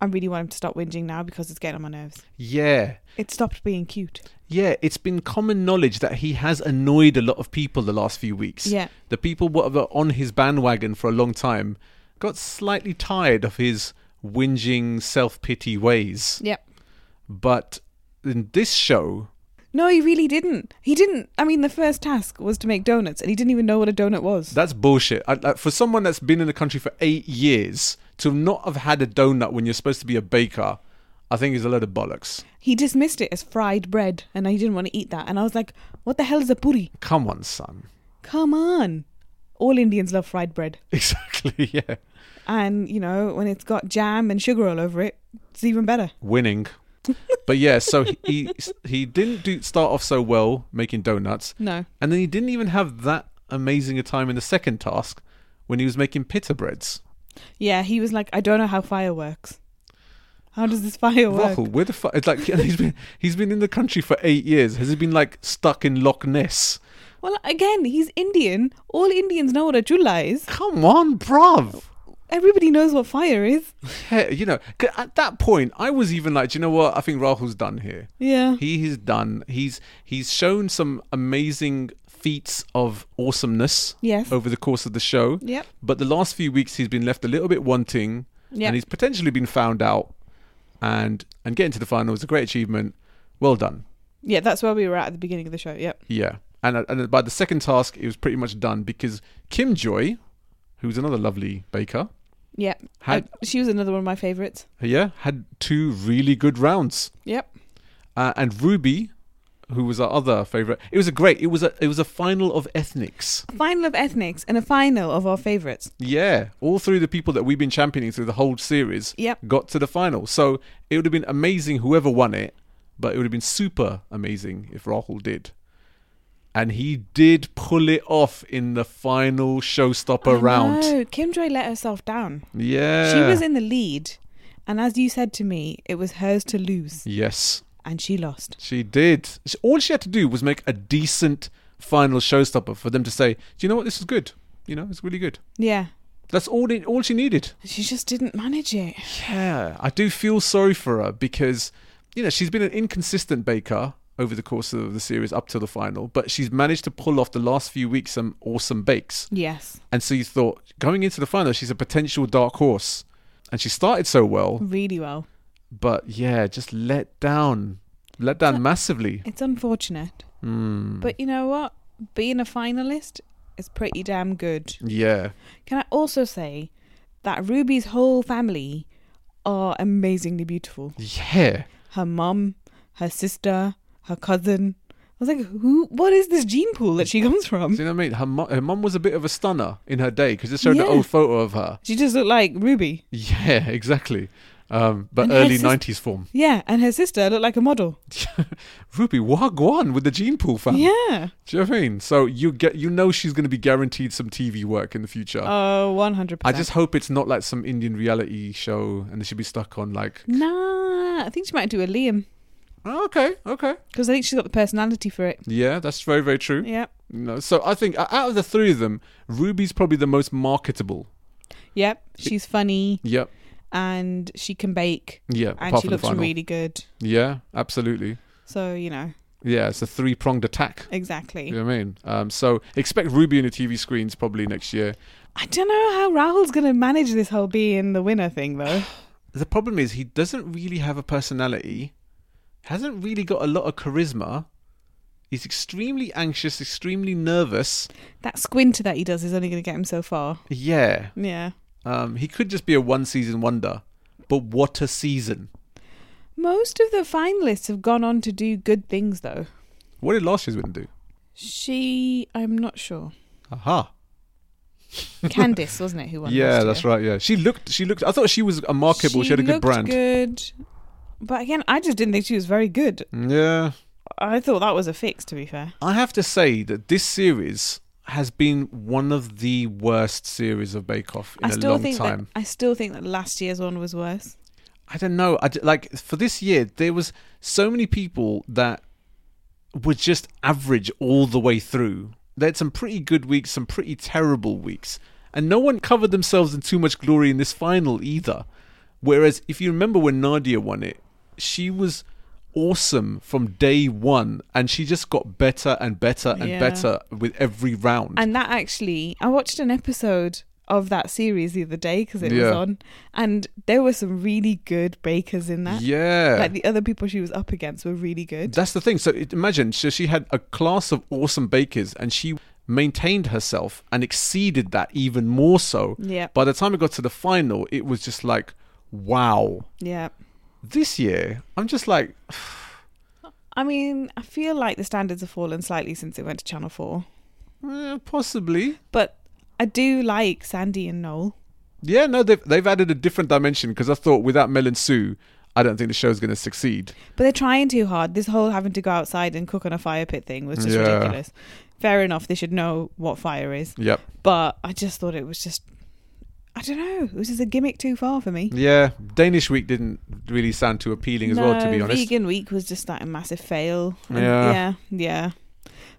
Speaker 3: I really want him to stop whinging now because it's getting on my nerves.
Speaker 2: Yeah.
Speaker 3: It stopped being cute.
Speaker 2: Yeah, it's been common knowledge that he has annoyed a lot of people the last few weeks.
Speaker 3: Yeah.
Speaker 2: The people who were on his bandwagon for a long time got slightly tired of his whinging, self pity ways.
Speaker 3: Yep.
Speaker 2: But in this show,
Speaker 3: No, he really didn't. He didn't. I mean, the first task was to make donuts, and he didn't even know what a donut was.
Speaker 2: that's bullshit. I, I, for someone that's been in the country for eight years, to not have had a donut when you're supposed to be a baker, I think is a load of bollocks.
Speaker 3: he dismissed it as fried bread, and he didn't want to eat that. And I was like, what the hell is a puri?
Speaker 2: Come on, son. [laughs]
Speaker 3: Come on. All Indians love fried bread.
Speaker 2: Exactly, yeah.
Speaker 3: and you know when it's got jam and sugar all over it it's even better
Speaker 2: winning. but yeah, so he he, he didn't do start off so well making donuts,
Speaker 3: no
Speaker 2: and then he didn't even have that amazing a time in the second task when he was making pita breads.
Speaker 3: yeah he was like i don't know how fire works how does this fire work
Speaker 2: Rockle, where the fuck? It's like [laughs] he's been he's been in the country for eight years. Has he been like stuck in Loch Ness?
Speaker 3: well again he's indian all indians know what a chula is
Speaker 2: Come on, bruv.
Speaker 3: everybody knows what fire is
Speaker 2: Yeah, you know, 'cause at that point, I was even like, do you know what? I think Rahul's done here.
Speaker 3: yeah
Speaker 2: He is done. He's he's shown some amazing feats of awesomeness
Speaker 3: Yes.
Speaker 2: over the course of the show.
Speaker 3: Yep.
Speaker 2: But the last few weeks he's been left a little bit wanting
Speaker 3: Yep.
Speaker 2: and he's potentially been found out and and getting to the final is a great achievement. Well done.
Speaker 3: yeah that's where we were at at the beginning of the show yep
Speaker 2: Yeah. And and by the second task it was pretty much done because Kim Joy, who's another lovely baker,
Speaker 3: yep
Speaker 2: Had-
Speaker 3: Uh, she was another one of my favorites
Speaker 2: yeah, had two really good rounds.
Speaker 3: yep
Speaker 2: Uh, and Ruby who was our other favorite? It was a great. It was a. It was a final of ethnics.
Speaker 3: final of ethnics and a final of our favorites
Speaker 2: Yeah, all three of the people that we've been championing through the whole series
Speaker 3: Yep.
Speaker 2: got to the final. So it would have been amazing whoever won it, but it would have been super amazing if Rahul did. And he did pull it off in the final showstopper round. Uh.
Speaker 3: no kim joy let herself down
Speaker 2: Yeah.
Speaker 3: she was in the lead and as you said to me it was hers to lose
Speaker 2: Yes,
Speaker 3: and she lost.
Speaker 2: she did. She- All she had to do was make a decent final showstopper for them to say, "Do you know what? This was good. You know, it's really good."
Speaker 3: Yeah,
Speaker 2: That's all. It, all she needed.
Speaker 3: she just didn't manage it.
Speaker 2: Yeah, I do feel sorry for her because, you know, she's been an inconsistent baker over the course of the series up till the final, but she's managed to pull off the last few weeks some awesome bakes.
Speaker 3: Yes,
Speaker 2: And so you thought, going into the final, she's a potential dark horse. And she started so well,
Speaker 3: really well.
Speaker 2: but yeah, just let down. Let
Speaker 3: [laughs]
Speaker 2: down massively.
Speaker 3: It's unfortunate,
Speaker 2: Hmm.
Speaker 3: but you know what? Being a finalist is pretty damn good.
Speaker 2: yeah.
Speaker 3: Can I also say that Ruby's whole family are amazingly beautiful.
Speaker 2: Yeah.
Speaker 3: Her mum, her sister, her cousin. I was like, who? What is this gene pool that she comes
Speaker 2: Do
Speaker 3: from?
Speaker 2: you know what I mean? Her, mu- her mum was a bit of a stunner in her day because they showed
Speaker 3: Yeah.
Speaker 2: an old photo of her.
Speaker 3: She just looked like Ruby.
Speaker 2: Yeah, [laughs] exactly. Um, but
Speaker 3: And her
Speaker 2: early
Speaker 3: sis-
Speaker 2: 90s form.
Speaker 3: Yeah, and her sister looked like a model.
Speaker 2: [laughs] Ruby Wagwan with the gene pool fam.
Speaker 3: Yeah.
Speaker 2: Do you know what I mean? So you get you know she's going to be guaranteed some TV work in the future.
Speaker 3: Oh, one hundred
Speaker 2: I
Speaker 3: percent.
Speaker 2: just hope it's not like some Indian reality show and they should be stuck on like
Speaker 3: Nah, I think she might do a Liam
Speaker 2: oh, okay, okay.
Speaker 3: because I think she's got the personality for it.
Speaker 2: Yeah, that's very very true.
Speaker 3: Yep,
Speaker 2: No, so I think uh, out of the three of them, Ruby's probably the most marketable.
Speaker 3: yep. She's funny
Speaker 2: Yep.
Speaker 3: and she can bake
Speaker 2: Yeah,
Speaker 3: and
Speaker 2: apart
Speaker 3: she
Speaker 2: from the
Speaker 3: looks
Speaker 2: final.
Speaker 3: really good.
Speaker 2: yeah, absolutely.
Speaker 3: So you know
Speaker 2: Yeah, it's a three-pronged attack.
Speaker 3: exactly.
Speaker 2: You know what I mean? Um, so expect Ruby in the TV screens probably next year.
Speaker 3: I don't know how Rahul's gonna manage this whole being the winner thing though.
Speaker 2: [sighs] the problem is he doesn't really have a personality, hasn't really got a lot of charisma. He's extremely anxious, extremely nervous.
Speaker 3: that squinter that he does is only gonna get him so far.
Speaker 2: Yeah,
Speaker 3: Yeah,
Speaker 2: um, he could just be a one-season wonder, but what a season!
Speaker 3: most of the finalists have gone on to do good things though.
Speaker 2: What did last year's winner do?
Speaker 3: She, I'm not
Speaker 2: [laughs]
Speaker 3: sure.
Speaker 2: Aha!
Speaker 3: Candice wasn't it who won?
Speaker 2: Yeah,
Speaker 3: last
Speaker 2: that's
Speaker 3: year?
Speaker 2: right. Yeah, she looked. She looked. I thought she was a marketable. She, had a good
Speaker 3: looked
Speaker 2: brand.
Speaker 3: Good, but again, I just didn't think she was very good.
Speaker 2: Yeah,
Speaker 3: I thought that was a fix. To be fair,
Speaker 2: I have to say that this series has been one of the worst series of Bake Off in
Speaker 3: I
Speaker 2: a
Speaker 3: still
Speaker 2: long
Speaker 3: think
Speaker 2: time.
Speaker 3: that I still think that last year's one was worse.
Speaker 2: I don't know. I d- like for this year, there was so many people that were just average all the way through. They had some pretty good weeks, some pretty terrible weeks, and no one covered themselves in too much glory in this final either. Whereas, if you remember when Nadia won it, she was awesome from day one, and she just got better and better and
Speaker 3: Yeah.
Speaker 2: better with every round.
Speaker 3: And that actually, I watched an episode of that series the other day because it was
Speaker 2: Yeah.
Speaker 3: on, and there were some really good bakers in that.
Speaker 2: yeah,
Speaker 3: Like the other people she was up against were really good.
Speaker 2: That's the thing. So it, imagine, so she had a class of awesome bakers, and she maintained herself and exceeded that even more so.
Speaker 3: Yeah.
Speaker 2: By the time it got to the final, it was just like, wow.
Speaker 3: Yeah.
Speaker 2: This year, I'm just like,
Speaker 3: I mean, I feel like the standards have fallen slightly since it went to Channel 4.
Speaker 2: eh, possibly.
Speaker 3: But I do like Sandy and Noel.
Speaker 2: Yeah, no, they've they've added a different dimension because I thought without Mel and Sue, I don't think the show's going to succeed.
Speaker 3: But they're trying too hard. This whole having to go outside and cook on a fire pit thing was just
Speaker 2: Yeah.
Speaker 3: ridiculous. Fair enough, they should know what fire is.
Speaker 2: Yep.
Speaker 3: But I just thought it was just. I don't know. It was just a gimmick too far for me.
Speaker 2: Yeah, Danish week didn't really sound too appealing as well, to be
Speaker 3: No,
Speaker 2: honest.
Speaker 3: Vegan Week was just like a massive fail. And
Speaker 2: Yeah.
Speaker 3: Yeah. Yeah.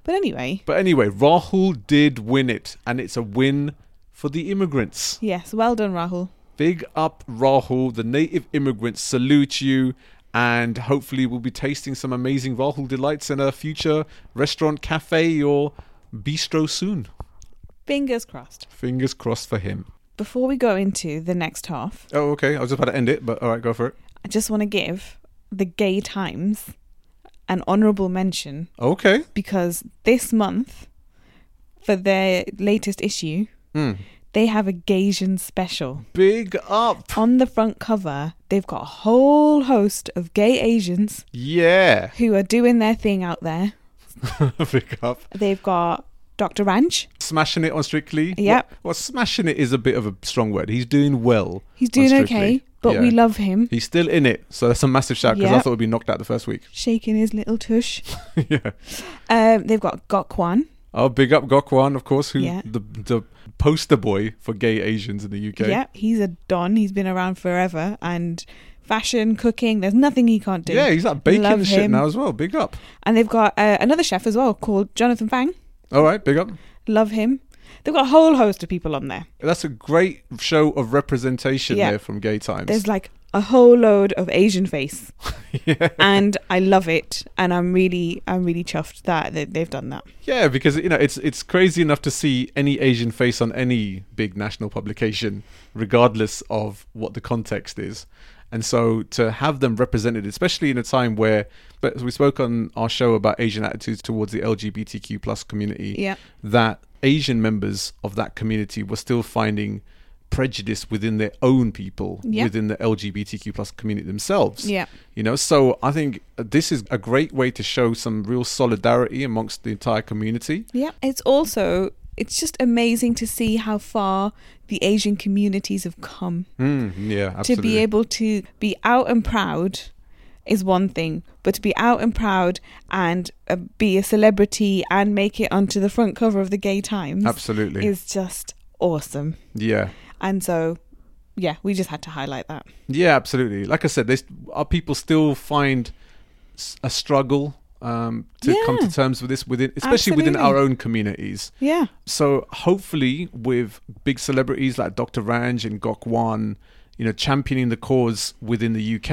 Speaker 3: But anyway,
Speaker 2: But anyway, Rahul did win it, and it's a win for the immigrants.
Speaker 3: yes, well done, Rahul.
Speaker 2: Big up Rahul, the native immigrants salute you, and hopefully we'll be tasting some amazing Rahul delights in a future restaurant, cafe, or bistro soon.
Speaker 3: Fingers crossed.
Speaker 2: Fingers crossed for him.
Speaker 3: Before we go into the next half,
Speaker 2: Oh, okay. I was about to end it, but all right, go for it.
Speaker 3: I just want to give the Gay Times an honourable mention
Speaker 2: Okay.
Speaker 3: because this month, for their latest issue,
Speaker 2: Mm.
Speaker 3: they have a Gaysian special.
Speaker 2: Big up.
Speaker 3: On the front cover, they've got a whole host of gay Asians
Speaker 2: Yeah.
Speaker 3: who are doing their thing out there.
Speaker 2: [laughs] Big up.
Speaker 3: They've got Dr. Ranch.
Speaker 2: Smashing it on Strictly.
Speaker 3: Yep.
Speaker 2: Well, well, smashing it is a bit of a strong word. He's doing well.
Speaker 3: He's
Speaker 2: on
Speaker 3: doing
Speaker 2: Strictly.
Speaker 3: okay, but
Speaker 2: Yeah.
Speaker 3: we love him.
Speaker 2: He's still in it, so that's a massive shout because I
Speaker 3: Yep.
Speaker 2: thought we'd be knocked out the first week.
Speaker 3: Shaking his little tush.
Speaker 2: [laughs] yeah.
Speaker 3: Um, they've got Gokwan.
Speaker 2: Oh, big up Gokwan, of course, who
Speaker 3: Yeah.
Speaker 2: the the poster boy for gay Asians in the UK.
Speaker 3: Yeah, he's a don. He's been around forever. And fashion, cooking, there's nothing he can't do.
Speaker 2: Yeah, he's like baking
Speaker 3: Love
Speaker 2: and shit
Speaker 3: him.
Speaker 2: now as well. Big up.
Speaker 3: And they've got uh, another chef as well called Jonathan Fang.
Speaker 2: All right, big up.
Speaker 3: Love him. They've got a whole host of people on there.
Speaker 2: That's a great show of representation
Speaker 3: Yeah.
Speaker 2: there from gay times. [laughs]
Speaker 3: There's like a whole load of Asian face, and I love it. And I'm really, I'm really chuffed that they- they've done that.
Speaker 2: yeah, because you know it's it's crazy enough to see any Asian face on any big national publication, regardless of what the context is. And so to have them represented, especially in a time where, but we spoke on our show about Asian attitudes towards the LGBTQ plus community.
Speaker 3: Yeah,
Speaker 2: that Asian members of that community were still finding prejudice within their own people
Speaker 3: Yeah.
Speaker 2: within the LGBTQ plus community themselves.
Speaker 3: Yeah.
Speaker 2: You know, so I think uh, this is a great way to show some real solidarity amongst the entire community.
Speaker 3: yeah. It's also, it's just amazing to see how far the Asian communities have come.
Speaker 2: Mm, yeah, absolutely.
Speaker 3: to be able to be out and proud is one thing, but to be out and proud and uh, be a celebrity and make it onto the front cover of the Gay Times
Speaker 2: absolutely.
Speaker 3: is just awesome.
Speaker 2: yeah.
Speaker 3: And so, yeah, we just had to highlight that.
Speaker 2: Yeah, absolutely. Like I said, they, our people still find s- a struggle um, to come
Speaker 3: Yeah.
Speaker 2: to terms with this within, especially within our
Speaker 3: Absolutely.
Speaker 2: own communities.
Speaker 3: Yeah,
Speaker 2: So hopefully, with big celebrities like Dr. Ranj and Gok Wan, you know, championing the cause within the UK,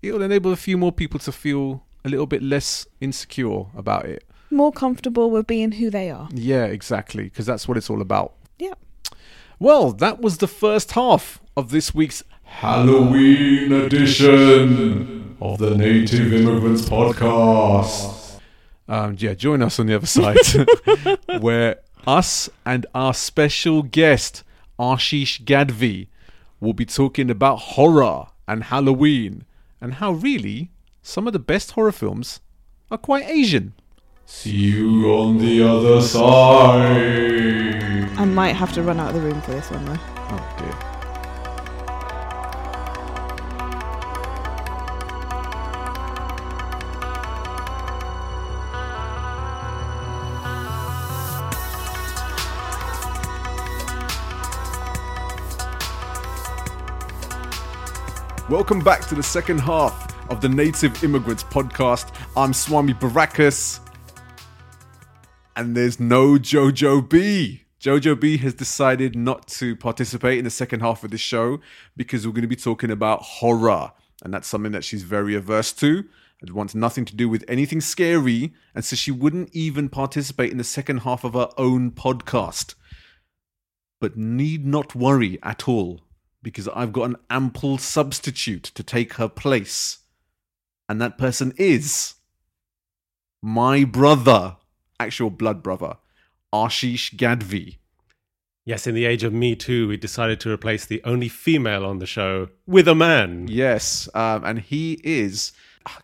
Speaker 2: it will enable a few more people to feel a little bit less insecure about it.
Speaker 3: more comfortable with being who they are.
Speaker 2: Yeah, exactly, because that's what it's all about.
Speaker 3: Yeah.
Speaker 2: Well, that was the first half of this week's
Speaker 1: Halloween edition of the Native Immigrants Podcast.
Speaker 2: Um, yeah, join us on the other side, [laughs] where us and our special guest Ashish Gadvi will be talking about horror and Halloween, and how really some of the best horror films are quite Asian.
Speaker 1: [laughs] See you on the other side.
Speaker 3: I might have to run out of the room for this one though.
Speaker 2: Oh dear. Welcome back to the second half of the Native Immigrants Podcast. I'm Swami Barakas. And there's no Jojo B. Jojo B has decided not to participate in the second half of the show because we're going to be talking about horror. And that's something that she's very averse to and wants nothing to do with anything scary. And so she wouldn't even participate in the second half of her own podcast but need not worry at all because I've got an ample substitute to take her place. And that person is my brother, actual blood brother, Ashish Gadvi.
Speaker 4: Yes, in the age of Me Too, we decided to replace the only female on the show with a man.
Speaker 2: Yes, um, and he is,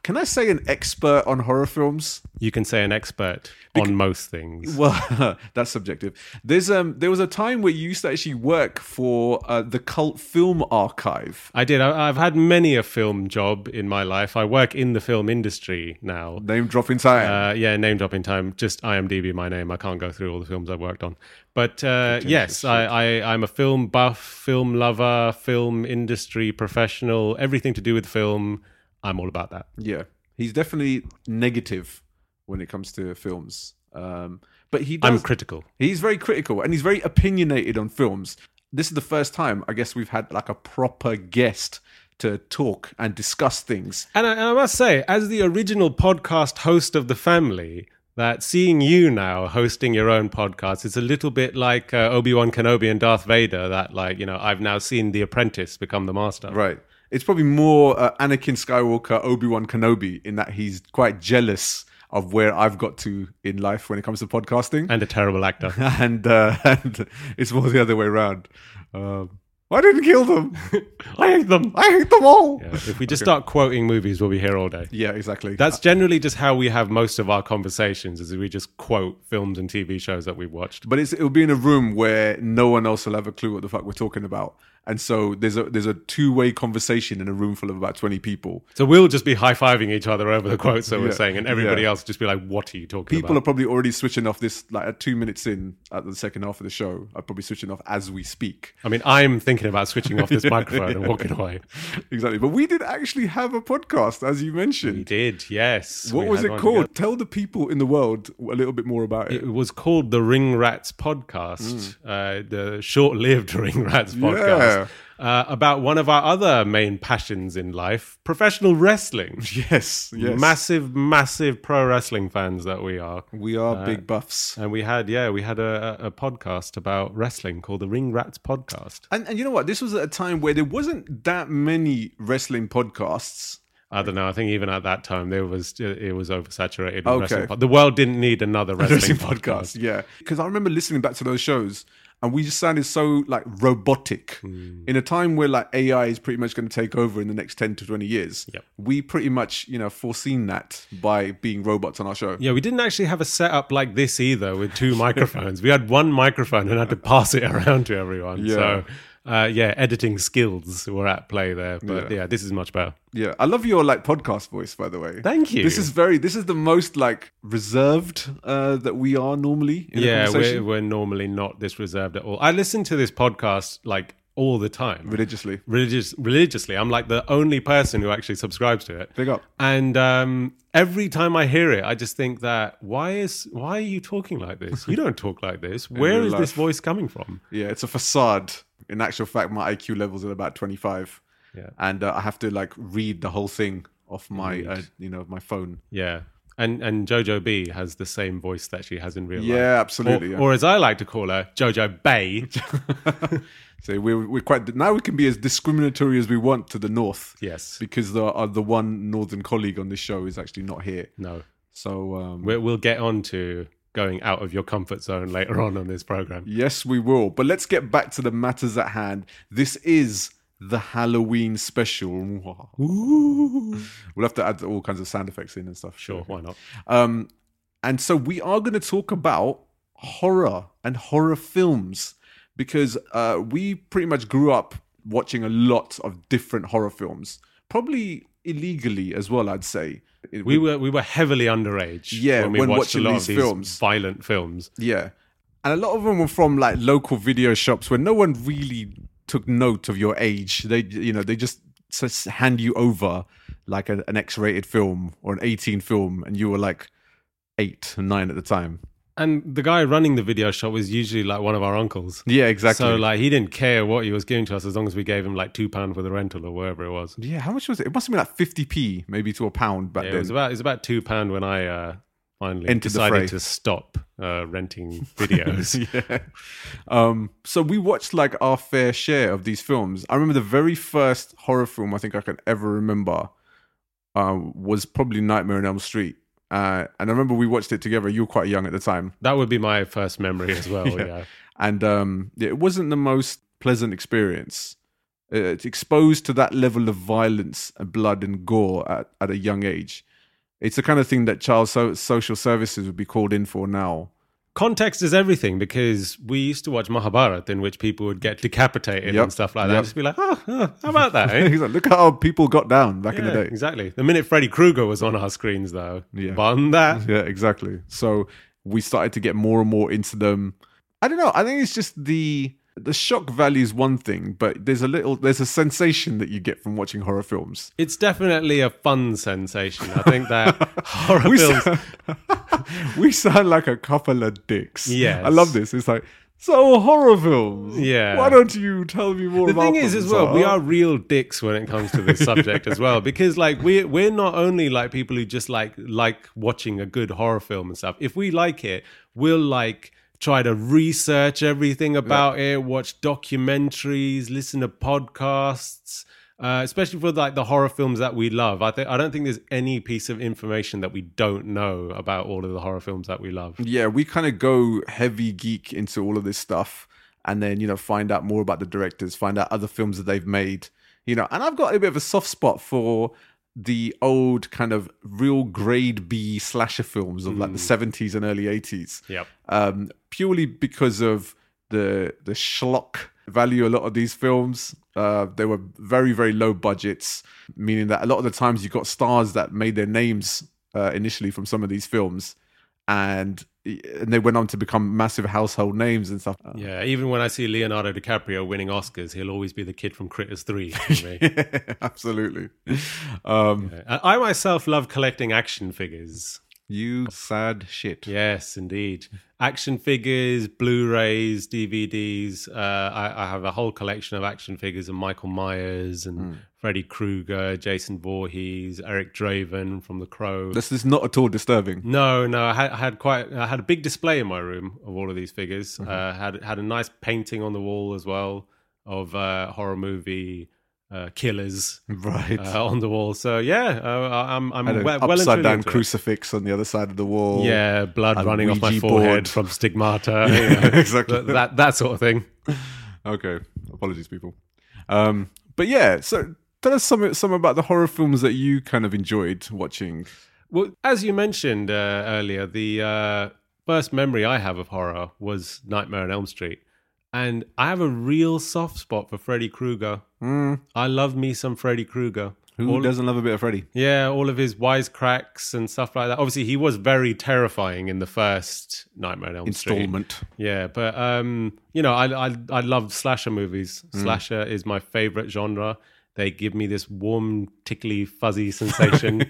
Speaker 2: can I say, an expert on horror films?
Speaker 4: You can say an expert on most things.
Speaker 2: Well, [laughs] that's subjective. There's um, there was a time where you used to actually work for uh, the Cult Film Archive.
Speaker 4: I did. I, I've had many a film job in my life. I work in the film industry now.
Speaker 2: Name dropping time.
Speaker 4: Uh, yeah, name dropping time. Just IMDb my name. I can't go through all the films I've worked on. But uh, yes, I, I, I'm a film buff, film lover, film industry professional, everything to do with film. I'm all about that.
Speaker 2: Yeah, he's definitely negative when it comes to films. Um, but he
Speaker 4: I'm
Speaker 2: does,
Speaker 4: critical.
Speaker 2: he's very critical and he's very opinionated on films. This is the first time I guess we've had like a proper guest to talk and discuss things.
Speaker 4: And I, and I must say, as the original podcast host of the family, that seeing you now hosting your own podcast is a little bit like uh, Obi Wan Kenobi and Darth Vader. That, like, you know, I've now seen the apprentice become the master.
Speaker 2: Right. It's probably more uh, Anakin Skywalker, Obi Wan Kenobi, in that he's quite jealous of where I've got to in life when it comes to
Speaker 4: [laughs]
Speaker 2: podcasting,
Speaker 4: And a
Speaker 2: [laughs]
Speaker 4: terrible actor.
Speaker 2: and, uh, and it's more the other way around. Um, I didn't kill them.
Speaker 4: [laughs] I hate them.
Speaker 2: I hate them all.
Speaker 4: Yeah, if we just start quoting movies, we'll be here all day.
Speaker 2: Yeah, exactly.
Speaker 4: That's generally just how we have most of our conversations, is we just quote films and TV shows that we've watched.
Speaker 2: but it's, it'll be in a room where no one else will have a clue what the fuck we're talking about, and so there's a there's a two way conversation in a room full of about twenty people.
Speaker 4: So we'll just be high fiving each other over the quotes that
Speaker 2: Yeah.
Speaker 4: we're saying, and everybody
Speaker 2: Yeah.
Speaker 4: else just be like, "What are you talking
Speaker 2: People are
Speaker 4: about?"
Speaker 2: probably already switching off this like at two minutes in at the second half of the show. Are probably switching off as we speak. [laughs]
Speaker 4: I mean, I'm thinking about switching off this microphone and walking away.
Speaker 2: Exactly. But we did actually have a podcast, as you
Speaker 4: We
Speaker 2: mentioned.
Speaker 4: did, yes.
Speaker 2: What
Speaker 4: We
Speaker 2: was
Speaker 4: had
Speaker 2: it
Speaker 4: one
Speaker 2: called?
Speaker 4: together.
Speaker 2: Tell the people in the world a little bit more about it.
Speaker 4: It was called the Ring Rats
Speaker 2: Mm.
Speaker 4: podcast, uh, the short-lived [laughs] Ring Rats podcast, uh, about one of our other main passions in life, professional wrestling.
Speaker 2: [laughs] yes, yes.
Speaker 4: Massive, massive pro wrestling fans that we are.
Speaker 2: we
Speaker 4: Uh,
Speaker 2: are big buffs.
Speaker 4: And we had, yeah, we had a, a a podcast about wrestling called the Ring Rats Podcast.
Speaker 2: And, and you know what? This was at a time where there wasn't that many wrestling podcasts.
Speaker 4: I don't know. I think even at that time, there was it was oversaturated. with
Speaker 2: Okay.
Speaker 4: wrestling pod- the world didn't need another wrestling,
Speaker 2: [laughs] Wrestling podcasts,
Speaker 4: podcast.
Speaker 2: yeah. Because I remember listening back to those shows and we just sounded so like robotic.
Speaker 4: Hmm.
Speaker 2: In a time where like AI is pretty much going to take over in the next 10 to 20 years,
Speaker 4: Yep.
Speaker 2: we pretty much, you know, foreseen that by being robots on our show.
Speaker 4: Yeah, we didn't actually have a setup like this either with two microphones. We had one microphone and had to pass it around to everyone.
Speaker 2: Yeah.
Speaker 4: So, uh, yeah, editing skills were at play there. But
Speaker 2: Yeah.
Speaker 4: yeah, this is much better.
Speaker 2: Yeah, I love your like podcast voice, by the way.
Speaker 4: Thank you.
Speaker 2: This is very. This is the most like reserved uh, that we are normally. In a
Speaker 4: yeah, we're,
Speaker 2: conversation.
Speaker 4: we're normally not this reserved at all. I listen to this podcast like all the time.
Speaker 2: religiously.
Speaker 4: religious religiously. I'm like the only person who actually subscribes to it.
Speaker 2: Big up.
Speaker 4: And um, every time I hear it, I just think that why is why are you talking like this? You don't talk like
Speaker 2: [laughs]
Speaker 4: this. Where
Speaker 2: real
Speaker 4: is this
Speaker 2: life.
Speaker 4: voice coming from?
Speaker 2: Yeah, it's a facade. In actual fact, my IQ levels at about twenty five,
Speaker 4: Yeah.
Speaker 2: and uh, I have to like read the whole thing off my uh, you know my phone.
Speaker 4: Yeah. And and Jojo B has the same voice that she has in real life.
Speaker 2: Yeah, absolutely.
Speaker 4: Or, or as I like to call her, Jojo
Speaker 2: [laughs]
Speaker 4: Bay.
Speaker 2: so we're we're quite now we can be as discriminatory as we want to the north.
Speaker 4: yes.
Speaker 2: Because the uh, the one northern colleague on this show is actually not here,
Speaker 4: No.
Speaker 2: so um,
Speaker 4: we we'll get on to going out of your comfort zone later on on this program.
Speaker 2: Yes, we will. But let's get back to the matters at hand. This is the Halloween special. We'll have to add all kinds of sound effects in and stuff.
Speaker 4: Sure, why not?
Speaker 2: Um, and so we are going to talk about horror and horror films because uh, we pretty much grew up watching a lot of different horror films, probably illegally as well. I'd say It-
Speaker 4: We were we were heavily underage.
Speaker 2: Yeah,
Speaker 4: when we
Speaker 2: when
Speaker 4: watched a
Speaker 2: watching
Speaker 4: lot
Speaker 2: these
Speaker 4: of these
Speaker 2: films.
Speaker 4: violent films.
Speaker 2: Yeah. And a lot of them were from like local video shops where no one really took note of your age. They you know, they just to s- hand you over like a, an X-rated film or an 18 film, and you were like eight and nine at the time.
Speaker 4: And the guy running the video shop was usually like one of our uncles.
Speaker 2: Yeah, exactly.
Speaker 4: So like he didn't care what he was giving to us as long as we gave him like two pound for the rental or wherever it was.
Speaker 2: yeah, how much was it? It must have been like 50p, maybe to a pound back
Speaker 4: Yeah, it
Speaker 2: then.
Speaker 4: was about it was about two pound when I uh, finally
Speaker 2: Entered the fray.
Speaker 4: decided to stop uh, renting
Speaker 2: [laughs]
Speaker 4: videos.
Speaker 2: yeah. Um, so we watched like our fair share of these films. I remember the very first horror film I think I can ever remember uh, was probably Nightmare on Elm Street. Uh, and I remember we watched it together. You were quite young at the time.
Speaker 4: that would be my first memory as well.
Speaker 2: Yeah.
Speaker 4: yeah.
Speaker 2: And um, yeah, it wasn't the most pleasant experience. Uh, It's exposed to that level of violence and blood and gore at, at a young age. It's the kind of thing that child so- social services would be called in for now.
Speaker 4: Context is everything because we used to watch Mahabharat in which people would get decapitated
Speaker 2: Yep.
Speaker 4: and stuff like
Speaker 2: Yep.
Speaker 4: that. Just be like, oh, huh, how about that? eh?"
Speaker 2: [laughs] He's like, look how people got down back in
Speaker 4: Yeah,
Speaker 2: the day.
Speaker 4: exactly. The minute Freddy Krueger was on our screens, though,
Speaker 2: Yeah.
Speaker 4: bun that.
Speaker 2: Yeah, exactly. So we started to get more and more into them. I don't know. I think it's just the the shock value is one thing, but there's a little there's a sensation that you get from watching horror films.
Speaker 4: It's definitely a fun sensation. I think that
Speaker 2: [laughs]
Speaker 4: horror
Speaker 2: We
Speaker 4: films.
Speaker 2: sound, we sound [laughs] like a couple of dicks.
Speaker 4: Yes.
Speaker 2: I love this. It's like so horror films.
Speaker 4: Yeah.
Speaker 2: Why don't you tell me more
Speaker 4: The
Speaker 2: about
Speaker 4: thing is,
Speaker 2: them,
Speaker 4: as well, we
Speaker 2: sir?
Speaker 4: are real dicks when it comes to this subject as [laughs] well, because like we're we're not only like people who just like like watching a good horror film and stuff. If we like it, we'll like try to research everything about it, watch documentaries, listen to podcasts. Uh, especially for like the horror films that we love, I think I don't think there's any piece of information that we don't know about all of the horror films that we love.
Speaker 2: Yeah, we kind of go heavy geek into all of this stuff and then, you know, find out more about the directors, find out other films that they've made, you know. And I've got a bit of a soft spot for the old kind of real grade B slasher films of like the 70s and early 80s
Speaker 4: Yep.
Speaker 2: um, purely because of the the schlock value a lot of these films. Uh, they were very very low budgets, meaning that a lot of the times you got stars that made their names uh, initially from some of these films, and and they went on to become massive household names and [laughs] stuff.
Speaker 4: Yeah, even when I see Leonardo DiCaprio winning Oscars, he'll always be the kid from Critters 3 for [laughs] me.
Speaker 2: Absolutely. Um,
Speaker 4: Uh, I I myself love collecting action figures.
Speaker 2: You sad shit.
Speaker 4: Yes, indeed. Action figures, Blu-rays, DVDs. Uh, I, I have a whole collection of action figures of Michael Myers
Speaker 2: Hmm.
Speaker 4: and Freddy Krueger, Jason Voorhees, Eric Draven from The Crow.
Speaker 2: This is not at all disturbing.
Speaker 4: No, no. I had, I had quite. I had a big display in my room of all of these figures.
Speaker 2: Mm-hmm.
Speaker 4: Uh, had had a nice painting on the wall as well of uh, horror movie uh, killers
Speaker 2: Right.
Speaker 4: uh, on the wall. So yeah, uh, I- I'm I'm
Speaker 2: Had an
Speaker 4: well, well and
Speaker 2: upside
Speaker 4: truly
Speaker 2: down
Speaker 4: into it.
Speaker 2: crucifix on the other side of the wall.
Speaker 4: Yeah, blood
Speaker 2: a
Speaker 4: running off my
Speaker 2: Ouija
Speaker 4: forehead
Speaker 2: board. [laughs]
Speaker 4: from stigmata. you know,
Speaker 2: Exactly.
Speaker 4: [laughs] That, that that sort of thing.
Speaker 2: Okay, apologies, people. Um, but yeah, so tell us some some about the horror films that you kind of enjoyed watching.
Speaker 4: Well, as you mentioned uh, earlier, the uh, first memory I have of horror was Nightmare on Elm Street. And I have a real soft spot for Freddy Krueger. I love me some Freddy Krueger.
Speaker 2: Hmm. Who doesn't love a bit of Freddy?
Speaker 4: Yeah, all of his wisecracks and stuff like that. Obviously, he was very terrifying in the first Nightmare on Elm Street.
Speaker 2: Installment.
Speaker 4: Yeah, but um, you know, I I I love slasher movies.
Speaker 2: Mm.
Speaker 4: Slasher is my favorite genre. They give me this warm, tickly,
Speaker 2: [laughs]
Speaker 4: fuzzy sensation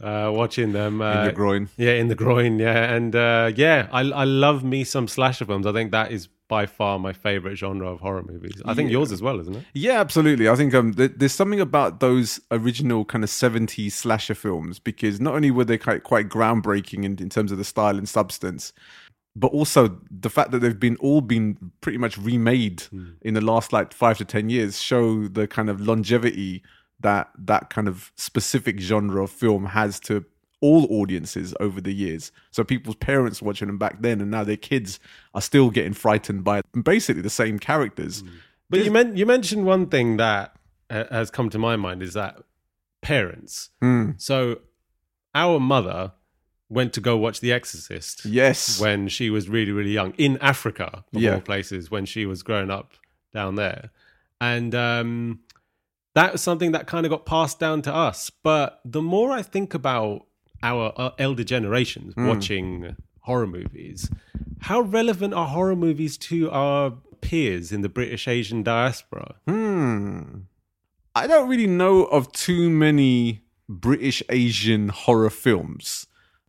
Speaker 4: uh, watching them. Uh,
Speaker 2: In your groin.
Speaker 4: Yeah, in the groin. Yeah, and uh, yeah, I I love me some slasher films. I think that is by far my favorite genre of horror movies. I think yours as well, isn't it?
Speaker 2: Yeah, absolutely. I think um, th- there's something about those original kind of 70s slasher films because not only were they quite, quite groundbreaking in, in terms of the style and substance, but also the fact that they've been all been pretty much remade in the last like five to ten years show the kind of longevity that that kind of specific genre of film has to all audiences over the years. So people's parents watching them back then, and now their kids are still getting frightened by basically the same characters.
Speaker 4: But you men- you mentioned one thing that uh, has come to my mind is that parents.
Speaker 2: Hmm.
Speaker 4: So our mother went to go watch The Exorcist.
Speaker 2: Yes.
Speaker 4: when she was really really young in africa of
Speaker 2: Yeah.
Speaker 4: all places when she was growing up down there and um that was something that kind of got passed down to us but the more i think about our uh, elder generations
Speaker 2: Hmm.
Speaker 4: watching horror movies how relevant are horror movies to our peers in the british asian diaspora
Speaker 2: Hmm. I don't really know of too many British Asian horror films.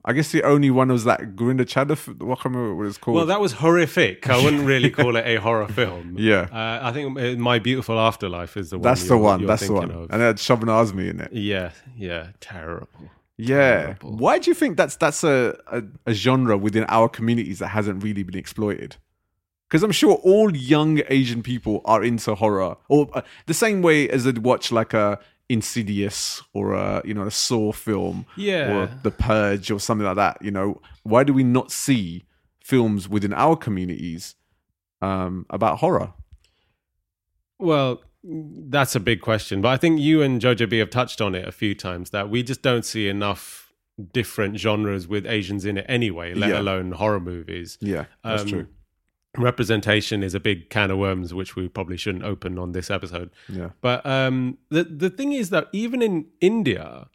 Speaker 2: I guess the only one was that Gorinda Chadha. f- What I can't remember what it's called.
Speaker 4: Well, that was horrific. I
Speaker 2: [laughs]
Speaker 4: wouldn't really call it a horror film.
Speaker 2: Yeah.
Speaker 4: Uh, I think uh, My Beautiful Afterlife is the one.
Speaker 2: that's the
Speaker 4: you're-
Speaker 2: one.
Speaker 4: you're
Speaker 2: That's the
Speaker 4: thinking
Speaker 2: one.
Speaker 4: of.
Speaker 2: And it had Shabana Azmi in it.
Speaker 4: Yeah, yeah, terrible.
Speaker 2: Yeah.
Speaker 4: Terrible.
Speaker 2: Why do you think that's that's a, a, a genre within our communities that hasn't really been exploited? Because I'm sure all young Asian people are into horror, or uh, the same way as they'd watch like a Insidious or a you know a Saw film,
Speaker 4: Yeah.
Speaker 2: or The Purge or something like that. You know, why do we not see films within our communities um, about horror?
Speaker 4: Well, that's a big question, but I think you and Jojo B have touched on it a few times that we just don't see enough different genres with Asians in it anyway, let
Speaker 2: Yeah.
Speaker 4: alone horror movies.
Speaker 2: Yeah, that's
Speaker 4: Um,
Speaker 2: true.
Speaker 4: Representation is a big can of worms, which we probably shouldn't open on this episode.
Speaker 2: Yeah,
Speaker 4: But um, the the thing is that even in India,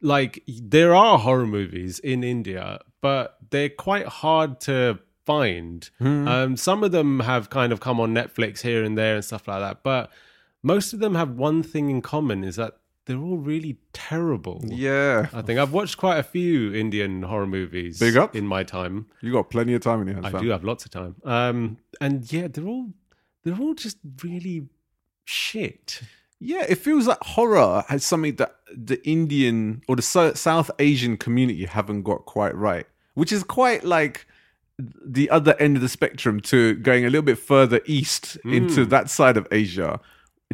Speaker 4: like there are horror movies in India, but they're quite hard to find.
Speaker 2: Hmm.
Speaker 4: Um, some of them have kind of come on Netflix here and there and stuff like that, but most of them have one thing in common: is that they're all really terrible.
Speaker 2: yeah.
Speaker 4: I think I've watched quite a few Indian horror movies
Speaker 2: Big up.
Speaker 4: in my time.
Speaker 2: You got plenty of time in your hands.
Speaker 4: I
Speaker 2: fam.
Speaker 4: do have lots of time. Um, and yeah, they're all they're all just really shit.
Speaker 2: Yeah, it feels like horror has something that the Indian or the Sou- South Asian community haven't got quite right, which is quite like the other end of the spectrum to going a little bit further east into that side of Asia,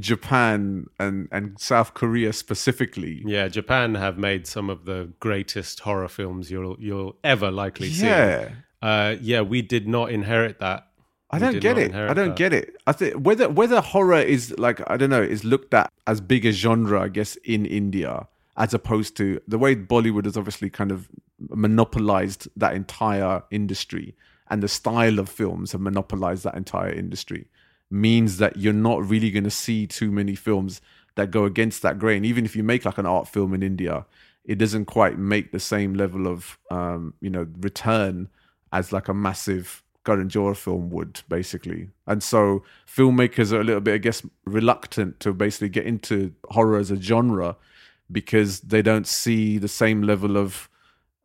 Speaker 2: Japan and and South Korea specifically.
Speaker 4: Yeah, Japan have made some of the greatest horror films you'll you'll ever likely see.
Speaker 2: Yeah.
Speaker 4: Uh, yeah, we did not inherit that.
Speaker 2: I
Speaker 4: We
Speaker 2: don't
Speaker 4: did
Speaker 2: get
Speaker 4: not
Speaker 2: it.
Speaker 4: inherit
Speaker 2: I don't
Speaker 4: that.
Speaker 2: get it. I think whether whether horror is like I don't know is looked at as big a genre, I guess, in India as opposed to the way Bollywood has obviously kind of monopolized that entire industry, and the style of films have monopolized that entire industry, means that you're not really going to see too many films that go against that grain. Even if you make like an art film in India, it doesn't quite make the same level of um, you know return as like a massive Karan Johar film would basically. And so filmmakers are a little bit, I guess, reluctant to basically get into horror as a genre because they don't see the same level of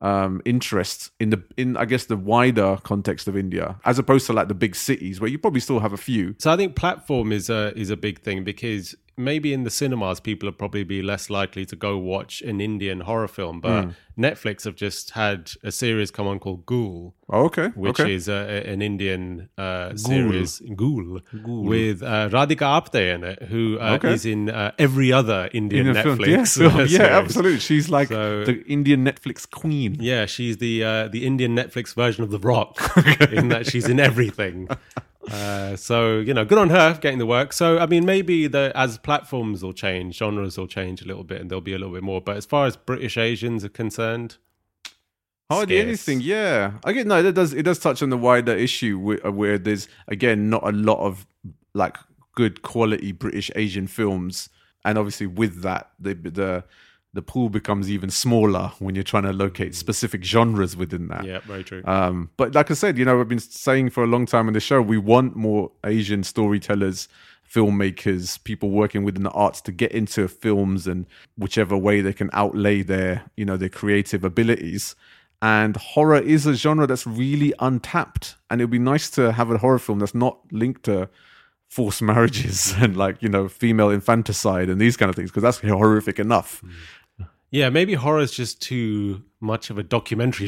Speaker 2: um, interest in the in I guess the wider context of India as opposed to like the big cities where you probably still have a few.
Speaker 4: So I think platform is a is a big thing because maybe in the cinemas people are probably be less likely to go watch an Indian horror film, but
Speaker 2: Hmm.
Speaker 4: Netflix have just had a series come on called Ghoul.
Speaker 2: Oh, okay,
Speaker 4: which
Speaker 2: okay.
Speaker 4: is a, an Indian uh, series, Ghoul, with uh, Radhika Apte in it, who uh,
Speaker 2: Okay.
Speaker 4: is in uh, every other Indian
Speaker 2: Indian film. [laughs] Yeah,
Speaker 4: Netflix.
Speaker 2: film. yeah,
Speaker 4: [laughs] series.
Speaker 2: absolutely. She's like
Speaker 4: So-
Speaker 2: the Indian Netflix queen.
Speaker 4: Yeah, she's the uh, the Indian Netflix version of The Rock,
Speaker 2: [laughs]
Speaker 4: in that she's in everything. Uh, so you know, good on her getting the work. So I mean, maybe the as platforms will change, genres will change a little bit, and there'll be a little bit more. But as far as British Asians are concerned,
Speaker 2: Hardly
Speaker 4: scarce.
Speaker 2: anything, yeah. I get no. That does it does touch on the wider issue where, where there's again not a lot of like good quality British Asian films, and obviously with that the the the pool becomes even smaller when you're trying to locate specific genres within that.
Speaker 4: yeah, very true.
Speaker 2: Um, but like I said, you know, I've been saying for a long time on the show, we want more Asian storytellers, filmmakers, people working within the arts to get into films and whichever way they can outlay their, you know, their creative abilities. And horror is a genre that's really untapped, and it'd be nice to have a horror film that's not linked to forced marriages [laughs] and like you know female infanticide and these kind of things because that's horrific enough. [laughs]
Speaker 4: Yeah, maybe horror is just too much of a documentary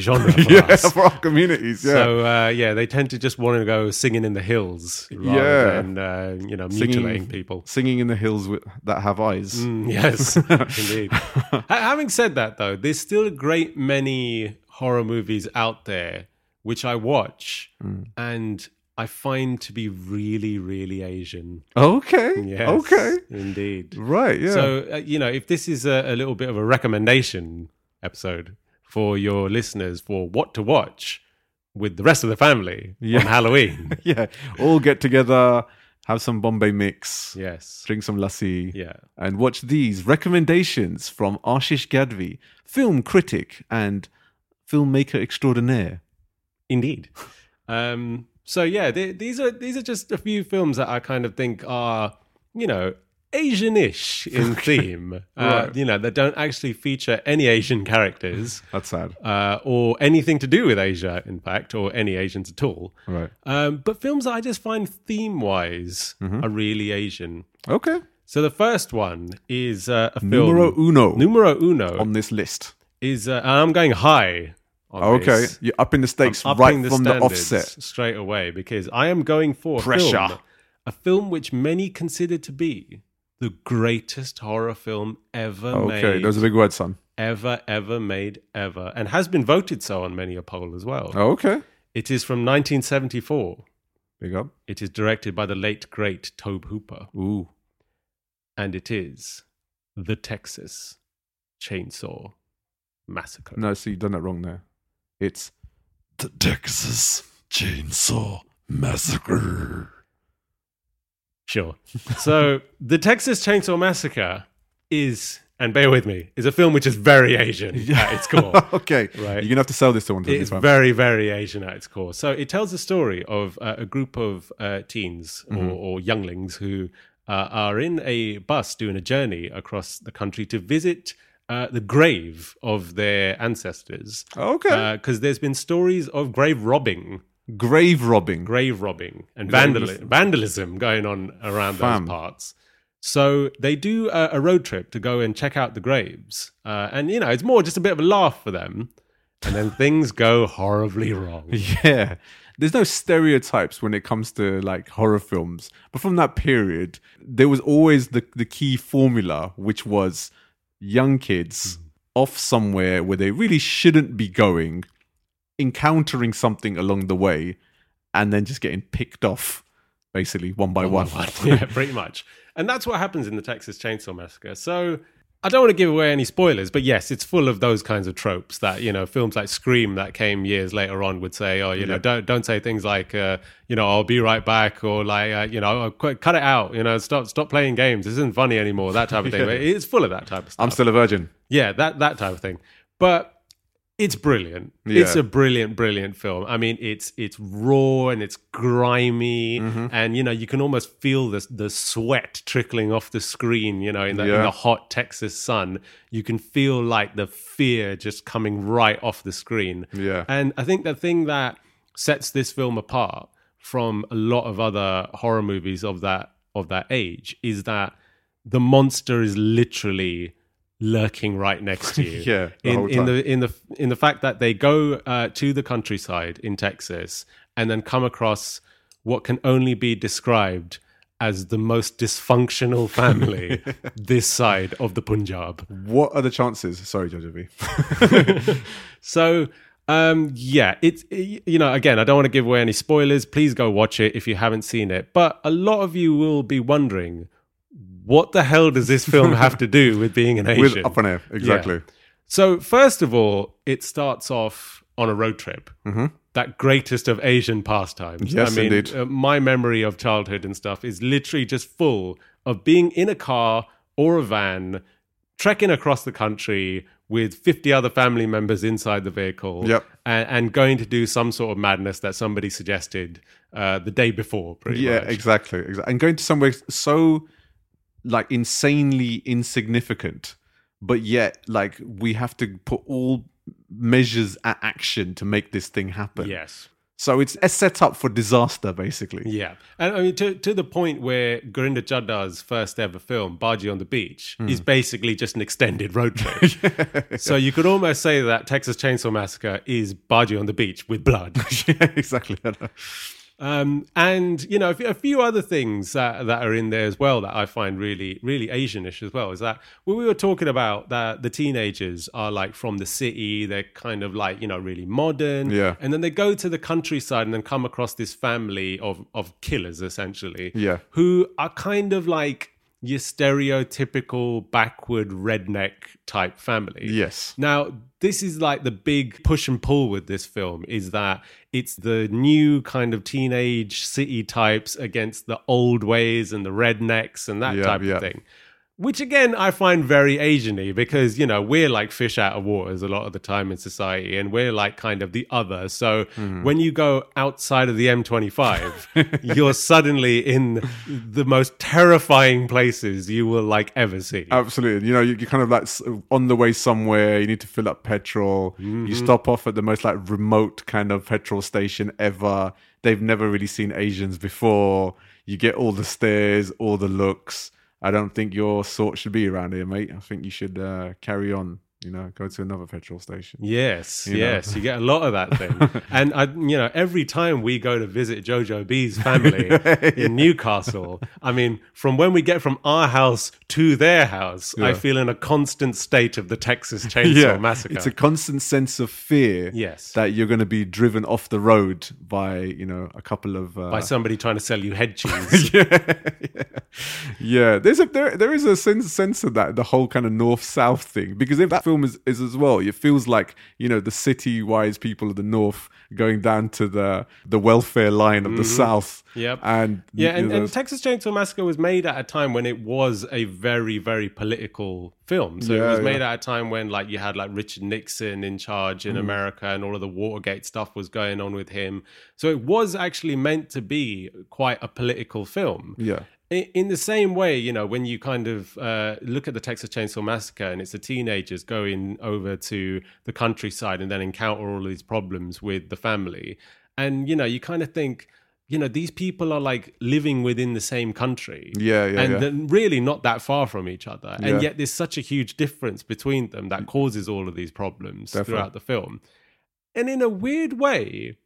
Speaker 2: [laughs]
Speaker 4: genre for
Speaker 2: Yeah,
Speaker 4: us.
Speaker 2: for our communities. Yeah.
Speaker 4: So uh, yeah, they tend to just want to go singing in the hills rather
Speaker 2: Yeah.
Speaker 4: than uh, you know
Speaker 2: Singing-
Speaker 4: mutilating people.
Speaker 2: Singing in the hills with, that have eyes. [laughs]
Speaker 4: Mm, yes, indeed. Ha- Having said that, though, there's still a great many horror movies out there which I watch
Speaker 2: Mm.
Speaker 4: and I find to be really, really Asian.
Speaker 2: Okay.
Speaker 4: Yes,
Speaker 2: Okay.
Speaker 4: indeed.
Speaker 2: Right. Yeah.
Speaker 4: So, uh, you know, if this is a, a little bit of a recommendation episode for your listeners for what to watch with the rest of the family
Speaker 2: Yeah.
Speaker 4: on
Speaker 2: [laughs]
Speaker 4: Halloween.
Speaker 2: yeah. All get together, have some Bombay mix,
Speaker 4: yes.
Speaker 2: drink some lassi,
Speaker 4: Yeah.
Speaker 2: and watch these recommendations from Ashish Gadvi, film critic and filmmaker extraordinaire.
Speaker 4: Indeed. Um, so yeah, th these are these are just a few films that I kind of think are, you know,
Speaker 2: [laughs]
Speaker 4: Asian-ish in theme. uh,
Speaker 2: Right.
Speaker 4: You know, that don't actually feature any Asian characters
Speaker 2: That's sad.
Speaker 4: uh, or anything to do with Asia, in fact, or any Asians at all.
Speaker 2: Right.
Speaker 4: Um, but films that I just find theme-wise
Speaker 2: Mm-hmm.
Speaker 4: are really Asian.
Speaker 2: Okay.
Speaker 4: So the first one is uh, a film
Speaker 2: Numero uno
Speaker 4: Numero uno
Speaker 2: on this list.
Speaker 4: is uh, I'm going high. On
Speaker 2: Okay.
Speaker 4: this.
Speaker 2: You're upping the stakes
Speaker 4: Upping
Speaker 2: right from the
Speaker 4: standards
Speaker 2: offset.
Speaker 4: straight away because I am going for a
Speaker 2: Pressure.
Speaker 4: film- a film which many consider to be the greatest horror film ever
Speaker 2: Okay.
Speaker 4: made,
Speaker 2: Those are big words, son.
Speaker 4: ever, ever made, ever, and has been voted so on many a poll as well.
Speaker 2: Okay.
Speaker 4: It is from 1974.
Speaker 2: Big up.
Speaker 4: It is directed by the late great Tobe Hooper,
Speaker 2: Ooh.
Speaker 4: and it is the Texas Chainsaw Massacre.
Speaker 2: No, see, you've done that wrong there. It's
Speaker 1: The Texas Chainsaw Massacre.
Speaker 4: Sure. So the Texas Chainsaw Massacre is, and bear with me, is a film which is very Asian at its
Speaker 2: [laughs]
Speaker 4: core.
Speaker 2: okay. You're gonna have to sell this to one. to me,
Speaker 4: It's
Speaker 2: fam.
Speaker 4: very, very Asian at its core. So it tells the story of uh, a group of uh, teens or, or younglings who uh, are in a bus doing a journey across the country to visit uh, the grave of their ancestors.
Speaker 2: okay.
Speaker 4: Because there's been stories of grave robbing
Speaker 2: Grave robbing.
Speaker 4: grave robbing and
Speaker 2: that what you
Speaker 4: vandali- vandalism going on around
Speaker 2: Fam.
Speaker 4: those parts. So they do a, a road trip to go and check out the graves, uh, and you know it's more just a bit of a laugh for them, and then things go horribly wrong.
Speaker 2: [laughs] Yeah. There's no stereotypes when it comes to like horror films. But from that period, there was always the, the key formula, which was young kids off somewhere where they really shouldn't be going, encountering something along the way, and then just getting picked off, basically, one by one. [laughs]
Speaker 4: yeah, pretty much. And that's what happens in the Texas Chainsaw Massacre. So I don't want to give away any spoilers, but yes, it's full of those kinds of tropes that you know films like Scream that came years later on would say, oh, you know, don't don't say things like, uh, you know, I'll be right back, or like, uh, you know, oh, qu- cut it out, you know, stop stop playing games. This isn't funny anymore. That type
Speaker 2: [laughs]
Speaker 4: of thing. But It's full of that type of stuff.
Speaker 2: I'm still a virgin.
Speaker 4: Yeah, that that type of thing. But it's brilliant.
Speaker 2: Yeah.
Speaker 4: It's a brilliant, brilliant film. I mean, it's it's raw and it's grimy,
Speaker 2: Mm-hmm.
Speaker 4: and you know you can almost feel the the sweat trickling off the screen. You know, in the, in
Speaker 2: Yeah.
Speaker 4: the hot Texas sun, you can feel like the fear just coming right off the screen.
Speaker 2: Yeah.
Speaker 4: And I think the thing that sets this film apart from a lot of other horror movies of that of that age is that the monster is literally lurking
Speaker 2: [laughs]
Speaker 4: right next to you.
Speaker 2: Yeah, the
Speaker 4: in,
Speaker 2: whole
Speaker 4: in the in the in the fact that they go uh, to the countryside in Texas and then come across what can only be described as the most dysfunctional
Speaker 2: [laughs]
Speaker 4: family this side of the Punjab.
Speaker 2: What are the chances? Sorry, Judge V.
Speaker 4: [laughs] So, um, yeah, it's you know, again, I don't want to give away any spoilers. Please go watch it if you haven't seen it. But a lot of you will be wondering, what the hell does this film have to do with being an
Speaker 2: With
Speaker 4: Asian?
Speaker 2: up on air, exactly.
Speaker 4: so, first of all, it starts off on a road trip. That greatest of Asian pastimes.
Speaker 2: Mm-hmm. Yes,
Speaker 4: I mean,
Speaker 2: indeed.
Speaker 4: Uh, my memory of childhood and stuff is literally just full of being in a car or a van, trekking across the country with 50 other family members inside the vehicle
Speaker 2: Yep.
Speaker 4: a- and, going to do some sort of madness that somebody suggested uh, the day before, pretty
Speaker 2: yeah,
Speaker 4: much.
Speaker 2: exactly, exactly. And going to somewhere so like insanely insignificant, but yet like we have to put all measures at action to make this thing happen.
Speaker 4: Yes.
Speaker 2: So it's a setup for disaster, basically.
Speaker 4: Yeah, and I mean to to the point where Gorinda Chadda's first ever film, Baji on the Beach, is basically just an extended road trip. So you could almost say that Texas Chainsaw Massacre is Baji on the Beach with blood.
Speaker 2: Yeah, [laughs] exactly.
Speaker 4: Um, and you know, a few, a few other things that, that are in there as well that I find really, really Asianish as well is that when we were talking about that the teenagers are like from the city, they're kind of like you know really modern,
Speaker 2: Yeah.
Speaker 4: and then they go to the countryside and then come across this family of of killers essentially,
Speaker 2: Yeah.
Speaker 4: who are kind of like your stereotypical backward redneck type family,
Speaker 2: Yes.
Speaker 4: now, this is like the big push and pull with this film is that it's the new kind of teenage city types against the old ways and the rednecks and that
Speaker 2: Yeah,
Speaker 4: type
Speaker 2: yeah.
Speaker 4: of thing. which again I find very Asiany because you know we're like fish out of waters a lot of the time in society, and we're like kind of the other. So
Speaker 2: Hmm.
Speaker 4: when you go outside of the
Speaker 2: [laughs]
Speaker 4: M25, you're suddenly in the most terrifying places you will like ever see.
Speaker 2: Absolutely. You know, you, you're kind of like s- on the way somewhere, you need to fill up petrol.
Speaker 4: Mm-hmm.
Speaker 2: You stop off at the most like remote kind of petrol station ever. They've never really seen Asians before. You get all the stares, all the looks. I don't think your sort should be around here, mate. I think you should uh, carry on, you know, go to another petrol station.
Speaker 4: Yes,
Speaker 2: know?
Speaker 4: yes, you get a lot of that
Speaker 2: [laughs]
Speaker 4: thing, and I, you know, every time we go to visit Jojo B's
Speaker 2: [laughs]
Speaker 4: family in Newcastle, I mean, from when we get from our house to their house, I feel in a constant state of the Texas Chainsaw Massacre.
Speaker 2: It's a constant sense of fear
Speaker 4: Yes.
Speaker 2: that you're going to be driven off the road by, you know, a couple of uh,
Speaker 4: by somebody trying to sell you
Speaker 2: [laughs]
Speaker 4: head cheese.
Speaker 2: Yeah, there's a there there is a sense sense of that the whole kind of north south thing because if that film is, is as well, it feels like you know the city wise people of the north going down to the the welfare line of the south.
Speaker 4: Mm-hmm. Yep.
Speaker 2: and
Speaker 4: yeah,
Speaker 2: you
Speaker 4: and,
Speaker 2: know,
Speaker 4: and Texas Chainsaw Massacre was made at a time when it was a very, very political film. So it
Speaker 2: Yeah,
Speaker 4: was
Speaker 2: yeah. Mm.
Speaker 4: made at a time when, like, you had like Richard Nixon in charge in America, and all of the Watergate stuff was going on with him. So it was actually meant to be quite a political film.
Speaker 2: yeah,
Speaker 4: I- in the same way, you know, when you kind of uh, look at the Texas Chainsaw Massacre and it's the teenagers going over to the countryside and then encounter all these problems with the family. And, you know, you kind of think, you know, these people are like living within the same country.
Speaker 2: Yeah, yeah,
Speaker 4: And
Speaker 2: yeah.
Speaker 4: they're really not that far from each other.
Speaker 2: Yeah.
Speaker 4: And yet there's such a huge difference between them that causes all of these problems throughout the film. And in a weird way,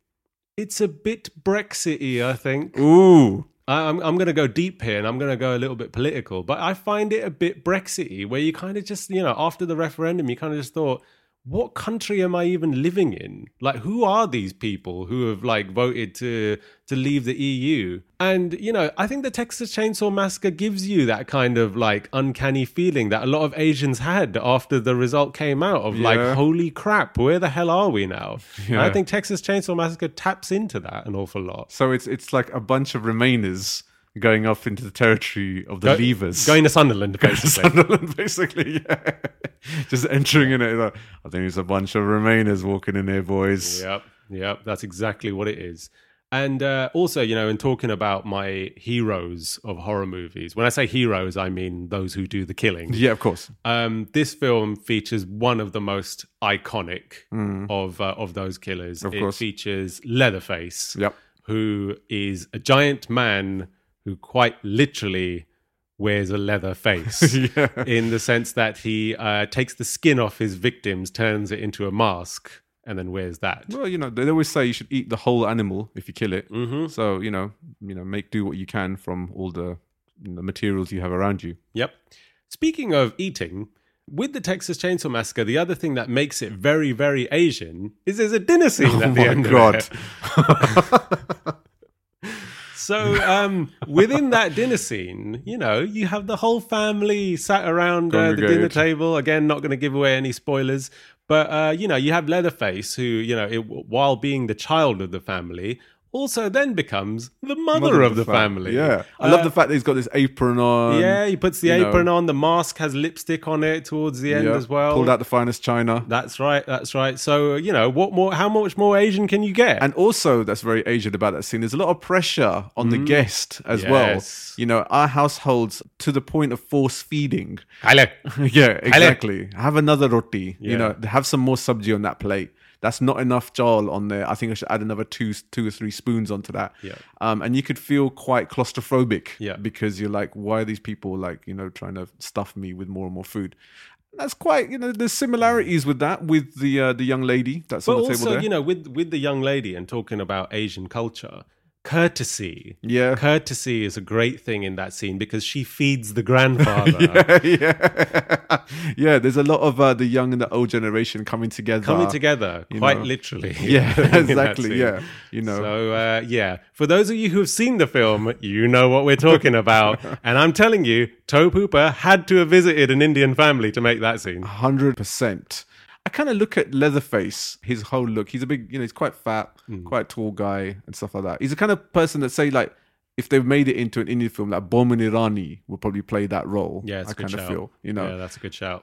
Speaker 4: it's a bit Brexity, I think.
Speaker 2: ooh,
Speaker 4: I- I'm, I'm going to go deep here and I'm going to go a little bit political, but I find it a bit Brexity where you kind of just, you know, after the referendum, you kind of just thought, what country am I even living in? Like, who are these people who have like voted to to leave the EU? And you know, I think the Texas Chainsaw Massacre gives you that kind of like uncanny feeling that a lot of Asians had after the result came out of
Speaker 2: Yeah.
Speaker 4: like, holy crap, where the hell are we now? And I
Speaker 2: Yeah.
Speaker 4: think Texas Chainsaw Massacre taps into that an awful lot.
Speaker 2: so it's it's like a bunch of Remainers going off into the territory of the
Speaker 4: Go-
Speaker 2: levers. [laughs]
Speaker 4: Going to Sunderland, basically.
Speaker 2: Sunderland, [laughs] basically, yeah. [laughs] just entering in it. Like, I think it's a bunch of Remainers walking in here, boys.
Speaker 4: Yep, yep, that's exactly what it is. And uh, also, you know, in talking about my heroes of horror movies, when I say heroes, I mean those who do the killing.
Speaker 2: yeah, of course.
Speaker 4: Um, this film features one of the most iconic of uh, of those killers.
Speaker 2: Hmm. Of
Speaker 4: it
Speaker 2: course.
Speaker 4: features Leatherface,
Speaker 2: Yep.
Speaker 4: who is a giant man who quite literally wears a leather
Speaker 2: [laughs]
Speaker 4: face in the sense that he uh, takes the skin off his victims, turns it into a mask, and then wears that.
Speaker 2: Well, you know, they always say you should eat the whole animal if you kill it.
Speaker 4: Mm-hmm.
Speaker 2: So, you know, you know, make do what you can from all the the materials you have around you.
Speaker 4: Yep. Speaking of eating, with the Texas Chainsaw Massacre, the other thing that makes it very, very Asian is there's a dinner
Speaker 2: [laughs]
Speaker 4: scene at the
Speaker 2: Oh my
Speaker 4: end.
Speaker 2: God.
Speaker 4: Of it. So um, within that dinner scene, you know, you have the whole family sat around uh, the dinner
Speaker 2: Congregated.
Speaker 4: table. Again, not going to give away any spoilers, but uh, you know, you have Leatherface, who you know, it, while being the child of the family, also then becomes the [laughs] mother, of the,
Speaker 2: fam-
Speaker 4: family.
Speaker 2: Yeah. I
Speaker 4: Uh,
Speaker 2: love the fact that he's got this apron on.
Speaker 4: yeah, he puts the
Speaker 2: you know.
Speaker 4: apron on. The mask has lipstick on it towards the end
Speaker 2: Yeah.
Speaker 4: as well.
Speaker 2: Pulled out the finest china.
Speaker 4: That's right. That's right. So you know what more? How much more Asian can you get?
Speaker 2: and also, that's very Asian about that scene. There's a lot of pressure on the guest as well.
Speaker 4: Mm. Yes.
Speaker 2: You know, our households to the point of force feeding.
Speaker 4: Hello.
Speaker 2: [laughs] yeah, exactly. Have another roti.
Speaker 4: Yeah.
Speaker 2: You know, have some more subji on that plate. That's not enough jal on there. I think I should add another two, two or three spoons onto that.
Speaker 4: Yeah.
Speaker 2: Um, and you could feel quite claustrophobic.
Speaker 4: Yeah.
Speaker 2: Because you're like, why are these people like you know trying to stuff me with more and more food? That's quite you know there's similarities with that with the uh, the young lady that's
Speaker 4: But
Speaker 2: on the table
Speaker 4: also,
Speaker 2: [laughs] there.
Speaker 4: you know, with with the young lady and talking about Asian culture, courtesy.
Speaker 2: Yeah.
Speaker 4: Courtesy is a great thing in that scene because she feeds
Speaker 2: [laughs]
Speaker 4: the grandfather.
Speaker 2: yeah, [laughs] yeah. There's a lot of uh, the young and the old generation coming together.
Speaker 4: Coming together,
Speaker 2: Uh, you
Speaker 4: quite
Speaker 2: know.
Speaker 4: literally.
Speaker 2: [laughs] Yeah,
Speaker 4: [laughs] in that
Speaker 2: exactly,
Speaker 4: scene.
Speaker 2: yeah, you know.
Speaker 4: So, uh, yeah. For those of you who have seen the film, you know what we're talking
Speaker 2: [laughs]
Speaker 4: about. and I'm telling you, Toe Pooper had to have visited an Indian family to make that scene.
Speaker 2: hundred percent. I kind of look at Leatherface, his whole
Speaker 4: Mm.
Speaker 2: look. He's a big, you know, he's quite fat, quite tall guy, and stuff like that. He's the kind of person that say like if they made it into an Indian film, like Bomin Irani would probably play that role.
Speaker 4: Yeah, it's
Speaker 2: I
Speaker 4: a good
Speaker 2: kind of
Speaker 4: shout.
Speaker 2: feel, you know. um,
Speaker 4: Yeah, that's a good shout.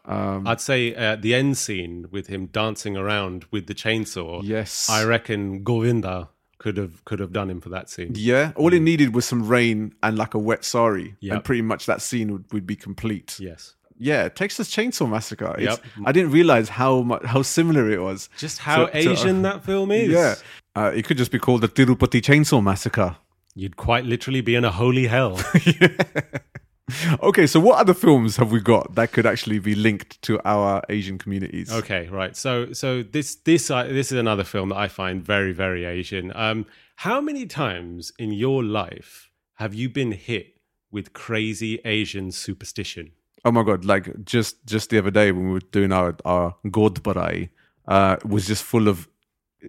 Speaker 4: I'd say uh, the end scene with him dancing around with the chainsaw.
Speaker 2: Yes.
Speaker 4: I reckon Govinda could have could have done him for that scene.
Speaker 2: Yeah, all it needed was some rain and like a wet sari,
Speaker 4: Mm. Yep.
Speaker 2: and pretty much that scene would, would be complete.
Speaker 4: Yes.
Speaker 2: Yeah, Texas Chainsaw Massacre. It's,
Speaker 4: Yep.
Speaker 2: I didn't realize how much, how similar it was.
Speaker 4: Just how
Speaker 2: To- to-
Speaker 4: Asian that film is.
Speaker 2: Yeah, uh, it could just be called the Tirupati Chainsaw Massacre.
Speaker 4: You'd quite literally be in a holy
Speaker 2: [laughs]
Speaker 4: hell.
Speaker 2: Okay, so what other films have we got that could actually be linked to our Asian communities?
Speaker 4: okay, right. So so this this uh, this is another film that I find very very Asian. Um how many times in your life have you been hit with crazy Asian superstition?
Speaker 2: Oh my god! Like just just the other day when we were doing our our Godbarai, uh, was just full of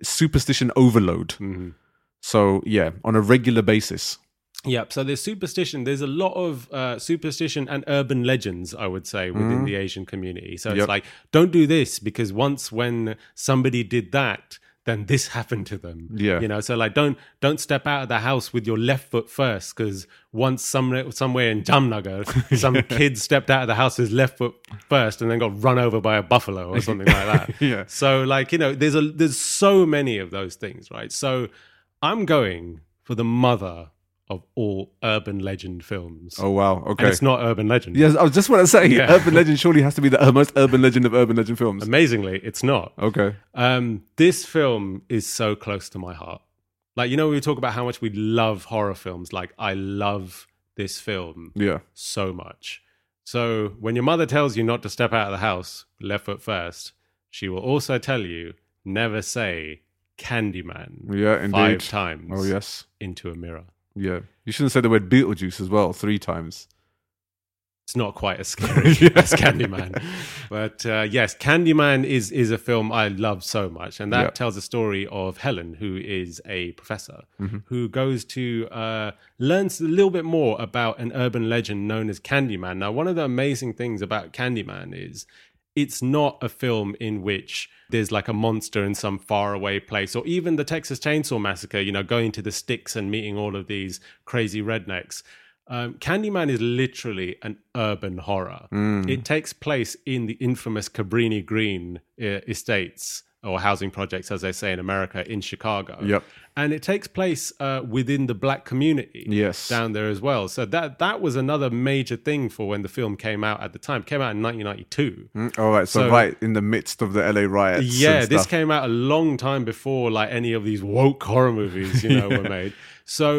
Speaker 2: superstition overload.
Speaker 4: Mm-hmm.
Speaker 2: So yeah, on a regular basis.
Speaker 4: Yep. So there's superstition. There's a lot of uh, superstition and urban legends, I would say, within the Asian community. So
Speaker 2: Mm-hmm. Yep.
Speaker 4: it's like, don't do this because once when somebody did that, then this [laughs] happened to them.
Speaker 2: Yeah.
Speaker 4: You know. So like, don't don't step out of the house with your left foot first because once somewhere somewhere in
Speaker 2: [laughs]
Speaker 4: Jamnagar, some kid stepped out of the house with his left foot first and then got run over by a buffalo or something like that.
Speaker 2: [laughs] Yeah.
Speaker 4: So like you know, there's a there's so many of those things, right? So I'm going for the mother of all urban legend films,
Speaker 2: Oh wow! Okay.
Speaker 4: and it's not urban legend.
Speaker 2: Yes, I was just want to say,
Speaker 4: Yeah.
Speaker 2: [laughs] urban legend surely has to be the most urban legend of urban legend films.
Speaker 4: Amazingly, it's not.
Speaker 2: Okay.
Speaker 4: Um, this film is so close to my heart. Like you know, we talk about how much we love horror films. Like I love this film
Speaker 2: Yeah.
Speaker 4: so much. So when your mother tells you not to step out of the house left foot first, she will also tell you never say Candyman
Speaker 2: Yeah. Indeed.
Speaker 4: five times
Speaker 2: Oh yes.
Speaker 4: into a mirror.
Speaker 2: Yeah. You shouldn't say the word Beetlejuice as well three times.
Speaker 4: it's not quite as scary as Candyman. But uh, yes, Candyman is is a film I love so much, and that
Speaker 2: Yep.
Speaker 4: tells the story of Helen, who is a professor who goes to uh, learns a little bit more about an urban legend known as Candyman. Now, one of the amazing things about Candyman is it's not a film in which there's like a monster in some faraway place, or even the Texas Chainsaw Massacre, you know, going to the sticks and meeting all of these crazy rednecks. Um, Candyman is literally an urban horror.
Speaker 2: Mm.
Speaker 4: It takes place in the infamous Cabrini Green uh, estates or housing projects, as they say in America, in Chicago.
Speaker 2: Yep.
Speaker 4: And it takes place uh, within the black community
Speaker 2: Yes.
Speaker 4: down there as well. So that that was another major thing for when the film came out at the time. It came out in 1992.
Speaker 2: Mm, All right. So,
Speaker 4: So-
Speaker 2: right in the midst of the LA riots.
Speaker 4: Yeah,
Speaker 2: and
Speaker 4: this
Speaker 2: stuff.
Speaker 4: came out a long time before like any of these woke horror movies, you
Speaker 2: [laughs]
Speaker 4: know, were made. So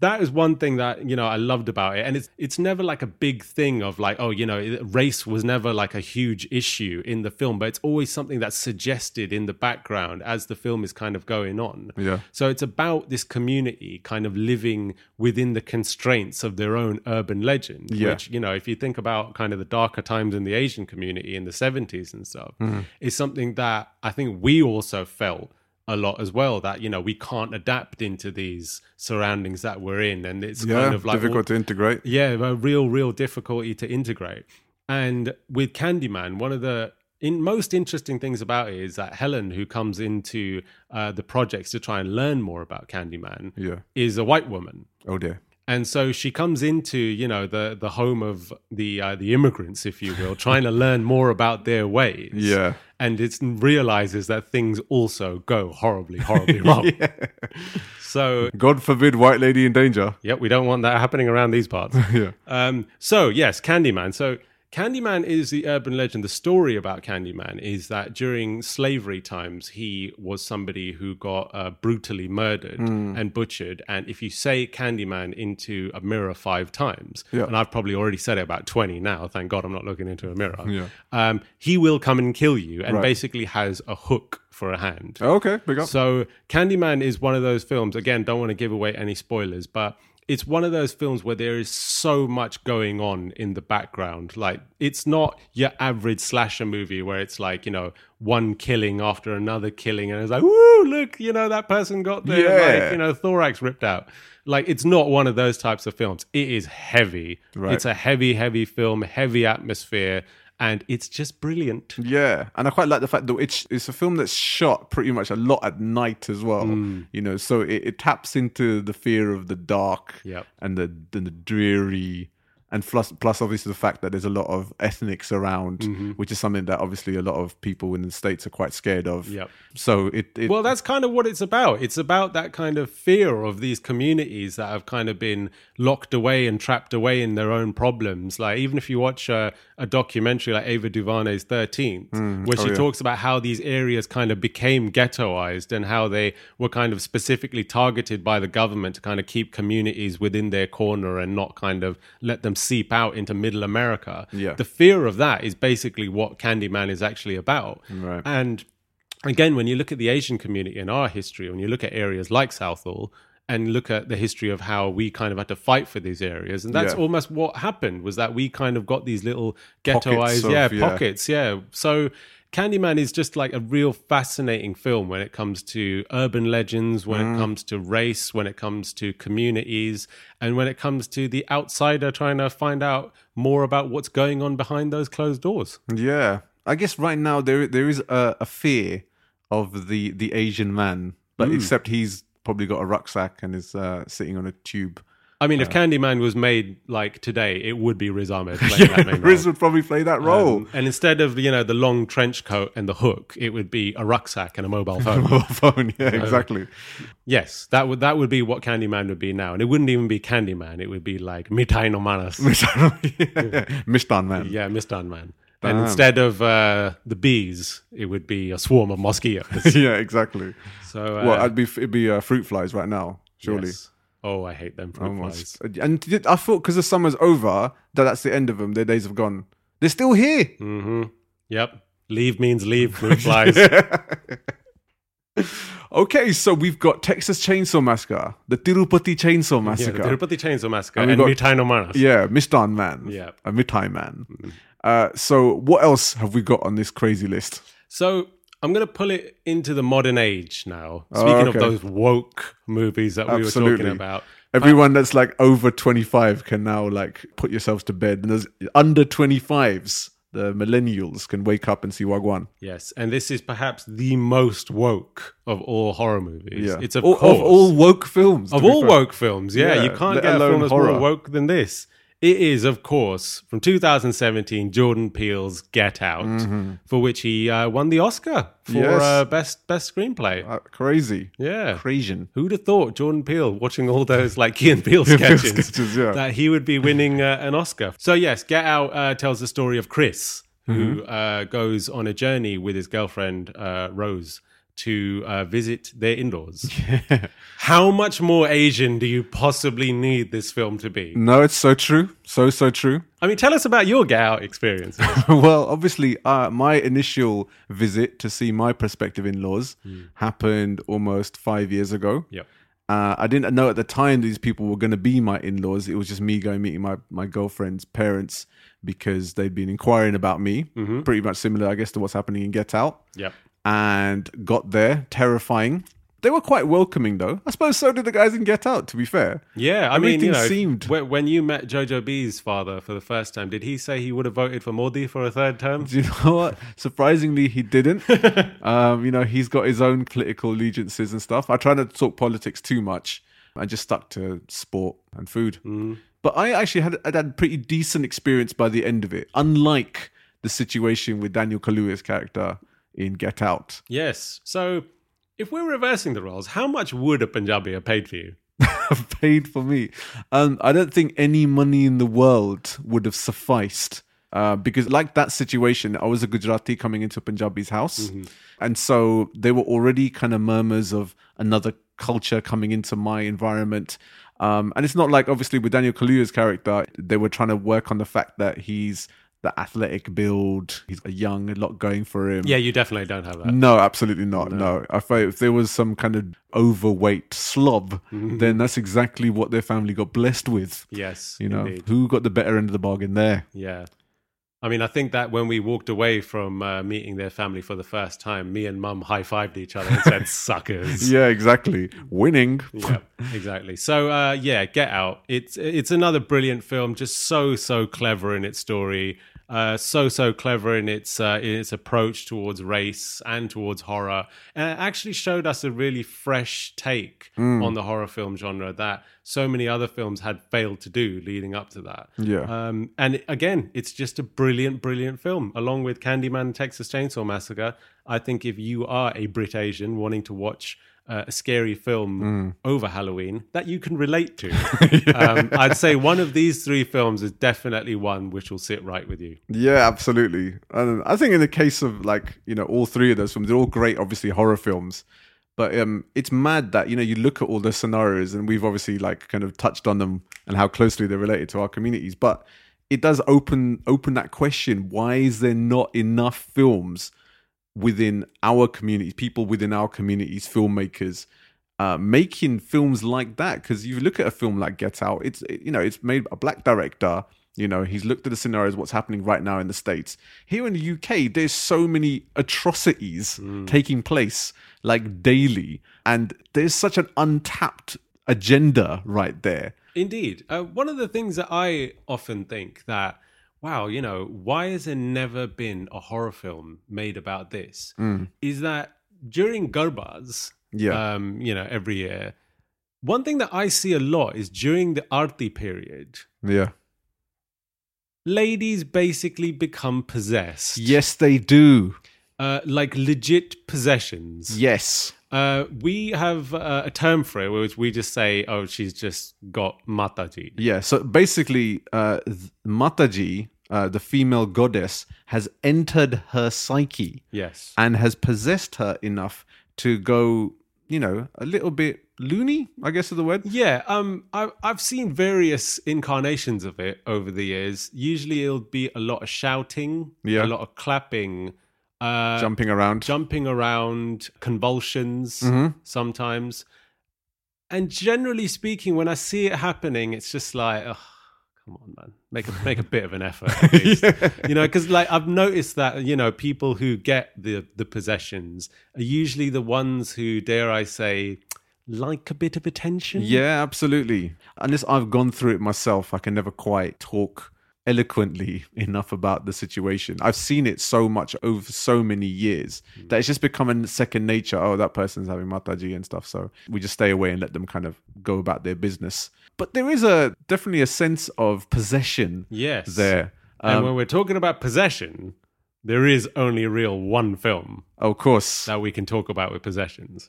Speaker 4: that is one thing that you know I loved about it, and it's it's never like a big thing of like oh you know it- race was never like a huge issue in the film, but it's always something that's suggested in the background as the film is kind of going on.
Speaker 2: Yeah.
Speaker 4: So it's about this community kind of living within the constraints of their own urban legend,
Speaker 2: Yeah.
Speaker 4: which, you know, if you think about kind of the darker times in the Asian community in the 70s and stuff,
Speaker 2: Hmm.
Speaker 4: is something that I think we also felt a lot as well that, you know, we can't adapt into these surroundings that we're in. And it's
Speaker 2: Yeah.
Speaker 4: kind of like
Speaker 2: difficult to integrate.
Speaker 4: yeah, a real, real difficulty to integrate. And with Candyman, one of the in, most interesting things about it is that Helen, who comes into uh, the projects to try and learn more about Candyman,
Speaker 2: Yeah.
Speaker 4: is a white woman.
Speaker 2: Oh dear.
Speaker 4: And so she comes into you know the the home of the uh, the immigrants, if you will, trying to learn more about their ways.
Speaker 2: Yeah.
Speaker 4: and it realizes that things also go horribly, horribly
Speaker 2: [laughs]
Speaker 4: wrong. So
Speaker 2: God forbid, white lady in
Speaker 4: [laughs]
Speaker 2: danger.
Speaker 4: Yep, we don't want that happening around these parts.
Speaker 2: [laughs] Yeah.
Speaker 4: Um, so yes, Candyman. So Candyman is the urban legend. The story about Candyman is that during slavery times, he was somebody who got uh, brutally murdered
Speaker 2: Hmm.
Speaker 4: and butchered. And if you say Candyman into a mirror five times,
Speaker 2: Yeah.
Speaker 4: and I've probably already said it about twenty now. Thank God I'm not looking into a mirror.
Speaker 2: Yeah.
Speaker 4: Um, he will come and kill you, and
Speaker 2: Right.
Speaker 4: basically has a hook for a hand.
Speaker 2: Oh, Okay. Big up.
Speaker 4: So Candyman is one of those films. Again, don't want to give away any spoilers, but it's one of those films where there is so much going on in the background. Like it's not your average slasher movie where it's like you know one killing after another killing, and it's like woo, look, you know that person got their
Speaker 2: Yeah.
Speaker 4: like, you know thorax ripped out. Like it's not one of those types of films. It is heavy.
Speaker 2: Right.
Speaker 4: It's a heavy, heavy film, heavy atmosphere. and it's just brilliant.
Speaker 2: Yeah, and I quite like the fact that it's it's a film that's shot pretty much a lot at night as well.
Speaker 4: Mm.
Speaker 2: You know, so it, it taps into the fear of the dark
Speaker 4: Yep.
Speaker 2: and the and the dreary, and plus plus obviously the fact that there's a lot of ethnics around,
Speaker 4: Mm-hmm.
Speaker 2: which is something that obviously a lot of people in the states are quite scared of.
Speaker 4: Yep.
Speaker 2: So it, it
Speaker 4: Well, that's kind of what it's about. It's about that kind of fear of these communities that have kind of been locked away and trapped away in their own problems. Like, even if you watch a, a documentary like Ava DuVernay's 13th,
Speaker 2: Hmm.
Speaker 4: where
Speaker 2: Oh,
Speaker 4: she talks about how these areas kind of became ghettoized and how they were kind of specifically targeted by the government to kind of keep communities within their corner and not kind of let them seep out into middle America.
Speaker 2: Yeah.
Speaker 4: The fear of that is basically what Candyman is actually about.
Speaker 2: Right.
Speaker 4: And again, when you look at the Asian community in our history, when you look at areas like Southall and look at the history of how we kind of had to fight for these areas, and that's
Speaker 2: Yeah.
Speaker 4: almost what happened was that we kind of got these little ghettoized,
Speaker 2: of-
Speaker 4: yeah,
Speaker 2: yeah.
Speaker 4: pockets, yeah. So Candyman is just like a real fascinating film when it comes to urban legends, when
Speaker 2: Mm.
Speaker 4: it comes to race, when it comes to communities, and when it comes to the outsider trying to find out more about what's going on behind those closed doors.
Speaker 2: Yeah, I guess right now there there is a, a fear of the the Asian man,
Speaker 4: Hmm.
Speaker 2: but except he's probably got a rucksack and is uh, sitting on a tube.
Speaker 4: I mean, if Candyman was made like today, it would be Riz
Speaker 2: [laughs]
Speaker 4: Ahmed playing that main
Speaker 2: Riz Oh.
Speaker 4: role. Um,
Speaker 2: would probably play that role.
Speaker 4: And instead of you know the long trench coat and the hook, it would be a rucksack and a mobile phone.
Speaker 2: [laughs] [laughs] Mobile phone, yeah, exactly. [laughs]
Speaker 4: yes, that would that would be what Candyman would be now, and it wouldn't even be Candyman. It would be like Mitai no Manas,
Speaker 2: [laughs] Mishtan man.
Speaker 4: yeah, Mistan Man. And instead of uh, the bees, it would be a swarm of mosquitoes.
Speaker 2: [laughs] yeah, exactly.
Speaker 4: So uh,
Speaker 2: Well, I'd be it'd be uh, fruit flies right now, surely.
Speaker 4: yes. Oh, I hate them. Fruit flies.
Speaker 2: Almost. And did- I thought because the summer's over that that's the end of them. Their days have gone. They're still here.
Speaker 4: Hmm. Mm-hmm. Yep. Leave means
Speaker 2: [laughs]
Speaker 4: leave. Fruit flies.
Speaker 2: Okay, so we've got Texas Chainsaw Massacre, the Tirupati Chainsaw
Speaker 4: Yeah, the
Speaker 2: Massacre.
Speaker 4: Tirupati Chainsaw Massacre
Speaker 2: And
Speaker 4: and,
Speaker 2: we got-
Speaker 4: Mitai no Manas.
Speaker 2: Yeah, Mistan Man.
Speaker 4: Yeah.
Speaker 2: A Mitai Man. Uh, so, what else have we got on this crazy list?
Speaker 4: So I'm going to pull it into the modern age now. Speaking
Speaker 2: Oh, okay.
Speaker 4: of those woke movies that we were
Speaker 2: Absolutely.
Speaker 4: talking about.
Speaker 2: Everyone that's like over 25 can now like put yourselves to bed. And there's under 25s, the millennials can wake up and see Wagwan.
Speaker 4: Yes, and this is perhaps the most woke of all horror movies.
Speaker 2: Yeah.
Speaker 4: It's of
Speaker 2: all,
Speaker 4: course
Speaker 2: Of all woke films.
Speaker 4: of
Speaker 2: to be
Speaker 4: all
Speaker 2: fair.
Speaker 4: woke films. Yeah,
Speaker 2: Yeah,
Speaker 4: you can't
Speaker 2: let
Speaker 4: get a
Speaker 2: alone
Speaker 4: film that's
Speaker 2: horror.
Speaker 4: more woke than this. It is, of course, from 2017, Jordan Peele's Get Out, for which he uh, won the Oscar for
Speaker 2: Mm-hmm. Yes.
Speaker 4: uh, best best screenplay.
Speaker 2: Uh, crazy.
Speaker 4: yeah,
Speaker 2: Crazian.
Speaker 4: Who'd have thought Jordan Peele, watching all those like Key
Speaker 2: [laughs]
Speaker 4: and Peele sketches,
Speaker 2: sketches, yeah.
Speaker 4: that he would be winning uh, an Oscar? So yes, Get Out uh, tells the story of Chris, who
Speaker 2: Mm-hmm.
Speaker 4: uh, goes on a journey with his girlfriend uh, Rose to uh, visit their
Speaker 2: [laughs]
Speaker 4: indoors. How much more Asian do you possibly need this film to be?
Speaker 2: No, it's so true. So, so true. [laughs]
Speaker 4: I mean, tell us about your Get Out experience.
Speaker 2: well, obviously, uh, my initial visit to see my prospective in laws
Speaker 4: Hmm.
Speaker 2: happened almost five years ago.
Speaker 4: yep.
Speaker 2: Uh, I didn't know at the time these people were going to be my in laws. It was just me going meeting my, my girlfriend's parents because they'd been inquiring about me, pretty much similar, I guess, to what's happening in Get Out.
Speaker 4: Yep.
Speaker 2: And got there, terrifying. They were quite welcoming, though. I suppose so did the guys in Get Out, to be fair.
Speaker 4: Yeah, I mean, you
Speaker 2: Everything
Speaker 4: know,
Speaker 2: seemed-
Speaker 4: when, when you met Jojo B's father for the first time, did he say he would have voted for Modi for a third term?
Speaker 2: Do you know [laughs] what? Surprisingly, he didn't. um, you know, he's got his own political allegiances and stuff. I try not to talk politics too much. I just stuck to sport and food. But I actually had I'd had pretty decent experience by the end of it. Unlike the situation with Daniel Kaluuya's character in Get Out.
Speaker 4: Yes. So if we're reversing the roles, how much would a Punjabi have paid for you?
Speaker 2: paid for me. Um, I don't think any money in the world would have sufficed. Uh, because like that situation, I was a Gujarati coming into Punjabi's house, and so there were already kind of murmurs of another culture coming into my environment. Um, and it's not like obviously with Daniel Kaluuya's character, they were trying to work on the fact that he's the athletic build, he's a young, a lot going for him.
Speaker 4: Yeah, you definitely don't have that.
Speaker 2: No, absolutely not. No, I felt if there was some kind of overweight slob,
Speaker 4: Mm-hmm.
Speaker 2: then that's exactly what their family got blessed with.
Speaker 4: Yes.
Speaker 2: You know,
Speaker 4: Indeed.
Speaker 2: who got the better end of the bargain there?
Speaker 4: [laughs] Yeah. I mean, I think that when we walked away from uh, meeting their family for the first time, me and mum high fived each other and said, [laughs] suckers.
Speaker 2: Yeah, exactly. Winning.
Speaker 4: yeah, exactly. So uh, yeah, Get Out. It's it's another brilliant film, just so so clever in its story. uh, so so clever in its uh, in its approach towards race and towards horror, and it actually showed us a really fresh take on the horror film genre that so many other films had failed to do leading up to that.
Speaker 2: Yeah.
Speaker 4: Um, and it- again, it's just a brilliant, brilliant film. Along with Candyman, and Texas Chainsaw Massacre, I think if you are a Brit Asian wanting to watch uh, a scary film over Halloween that you can relate to, um, I'd say one of these three films is definitely one which will sit right with you.
Speaker 2: [laughs] Yeah, absolutely. And I think in the case of like you know all three of those films, they're all great, obviously horror films. But um, it's mad that you know you look at all the scenarios, and we've obviously like kind of touched on them and how closely they're related to our communities. But it does open open that question: Why is there not enough films within our communities, people within our communities, filmmakers, uh, making films like that. Because you look at a film like Get Out, it's it- you know it's made by a black director. You know he's looked at the scenarios, what's happening right now in the states. Here in the UK, there's so many atrocities taking place like daily, and there's such an untapped agenda right there.
Speaker 4: Indeed. Uh, one of the things that I often think that, wow, you know, why has there never been a horror film made about this? Is that during Garbas,
Speaker 2: Yeah.
Speaker 4: um, you know, every year, one thing that I see a lot is during the Arti period,
Speaker 2: Yeah.
Speaker 4: ladies basically become possessed.
Speaker 2: Yes, they do.
Speaker 4: Uh, like legit possessions.
Speaker 2: Yes.
Speaker 4: Uh, we have uh, a term for it, which we just say, oh, she's just got mataji.
Speaker 2: Yeah, so basically, uh, th- Mataji, uh, the female goddess, has entered her psyche
Speaker 4: Yes.
Speaker 2: and has possessed her enough to go, you know, a little bit loony, I guess is the word.
Speaker 4: Yeah, um, I, I've seen various incarnations of it over the years. Usually, it'll be a lot of shouting,
Speaker 2: Yeah.
Speaker 4: a lot of clapping, uh,
Speaker 2: Jumping around.
Speaker 4: jumping around, convulsions
Speaker 2: Mm-hmm.
Speaker 4: sometimes. And generally speaking, when I see it happening, it's just like, oh, come on, man, make a make a bit of an
Speaker 2: [laughs]
Speaker 4: effort, at least. you know, because like I've noticed that you know people who get the the possessions are usually the ones who, dare I say, like a bit of attention.
Speaker 2: Yeah, absolutely. Unless I've gone through it myself, I can never quite talk eloquently [laughs] enough about the situation. I've seen it so much over so many years
Speaker 4: Hmm.
Speaker 2: that it's just become a second nature. Oh, that person's having mataji and stuff. So we just stay away and let them kind of go about their business. But there is a definitely a sense of possession
Speaker 4: Yes.
Speaker 2: there.
Speaker 4: And
Speaker 2: Um,
Speaker 4: when we're talking about possession, there is only real one film
Speaker 2: of course.
Speaker 4: that we can talk about with possessions,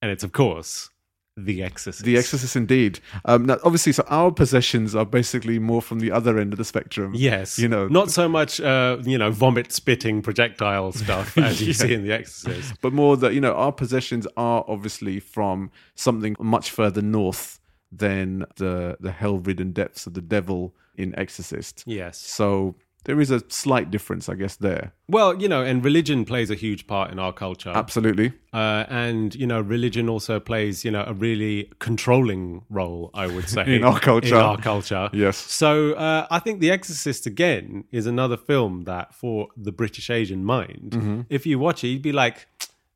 Speaker 4: and it's of course The Exorcist.
Speaker 2: the Exorcist, indeed. Um, now, obviously, so our possessions are basically more from the other end of the spectrum.
Speaker 4: Yes,
Speaker 2: you know,
Speaker 4: not so much, uh, you know, vomit spitting
Speaker 2: [laughs]
Speaker 4: projectile stuff as you see in The Exorcist.
Speaker 2: but more that you know our possessions are obviously from something much further north than the the hell-ridden depths of the devil in Exorcist.
Speaker 4: Yes.
Speaker 2: So there is a slight difference, I guess. There,
Speaker 4: Well, you know, and religion plays a huge part in our culture.
Speaker 2: absolutely.
Speaker 4: Uh, and you know, religion also plays you know a really controlling role. I would say
Speaker 2: In our culture.
Speaker 4: In our culture,
Speaker 2: Yes.
Speaker 4: So uh, I think The Exorcist again is another film that, for the British Asian mind,
Speaker 2: Mm-hmm.
Speaker 4: if you watch it, you'd be like,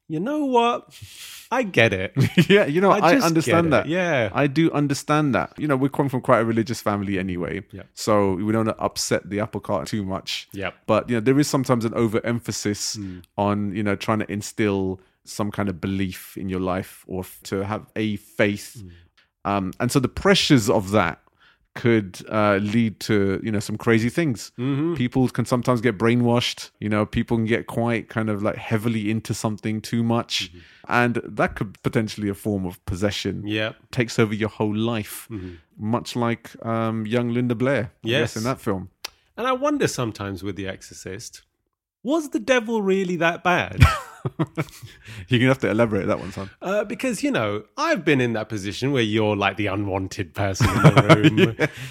Speaker 4: you know what, I get
Speaker 2: [laughs]
Speaker 4: it.
Speaker 2: yeah, you know,
Speaker 4: I
Speaker 2: I,
Speaker 4: just
Speaker 2: understand
Speaker 4: get it,
Speaker 2: that.
Speaker 4: yeah.
Speaker 2: I do understand that. You know, we come from quite a religious family anyway,
Speaker 4: Yep.
Speaker 2: so we don't want to upset the apple cart too much.
Speaker 4: Yep.
Speaker 2: But you know, there is sometimes an overemphasis
Speaker 4: Hmm.
Speaker 2: on you know trying to instill some kind of belief in your life or f- to have a faith,
Speaker 4: Hmm.
Speaker 2: um, and so the pressures of that could uh, lead to you know some crazy things.
Speaker 4: Mm-hmm.
Speaker 2: People can sometimes get brainwashed. You know, people can get quite kind of like heavily into something too much,
Speaker 4: Mm-hmm.
Speaker 2: and that could potentially a form of possession.
Speaker 4: Yep.
Speaker 2: Takes over your whole life, much like um, young Linda Blair. I guess,
Speaker 4: Mm-hmm. Yes.
Speaker 2: in that film. [laughs]
Speaker 4: And I wonder sometimes with The Exorcist, was the devil really that bad?
Speaker 2: [laughs] You're gonna have to elaborate that one, son.
Speaker 4: Uh, because you know, I've been in that position where you're like the unwanted person in the room.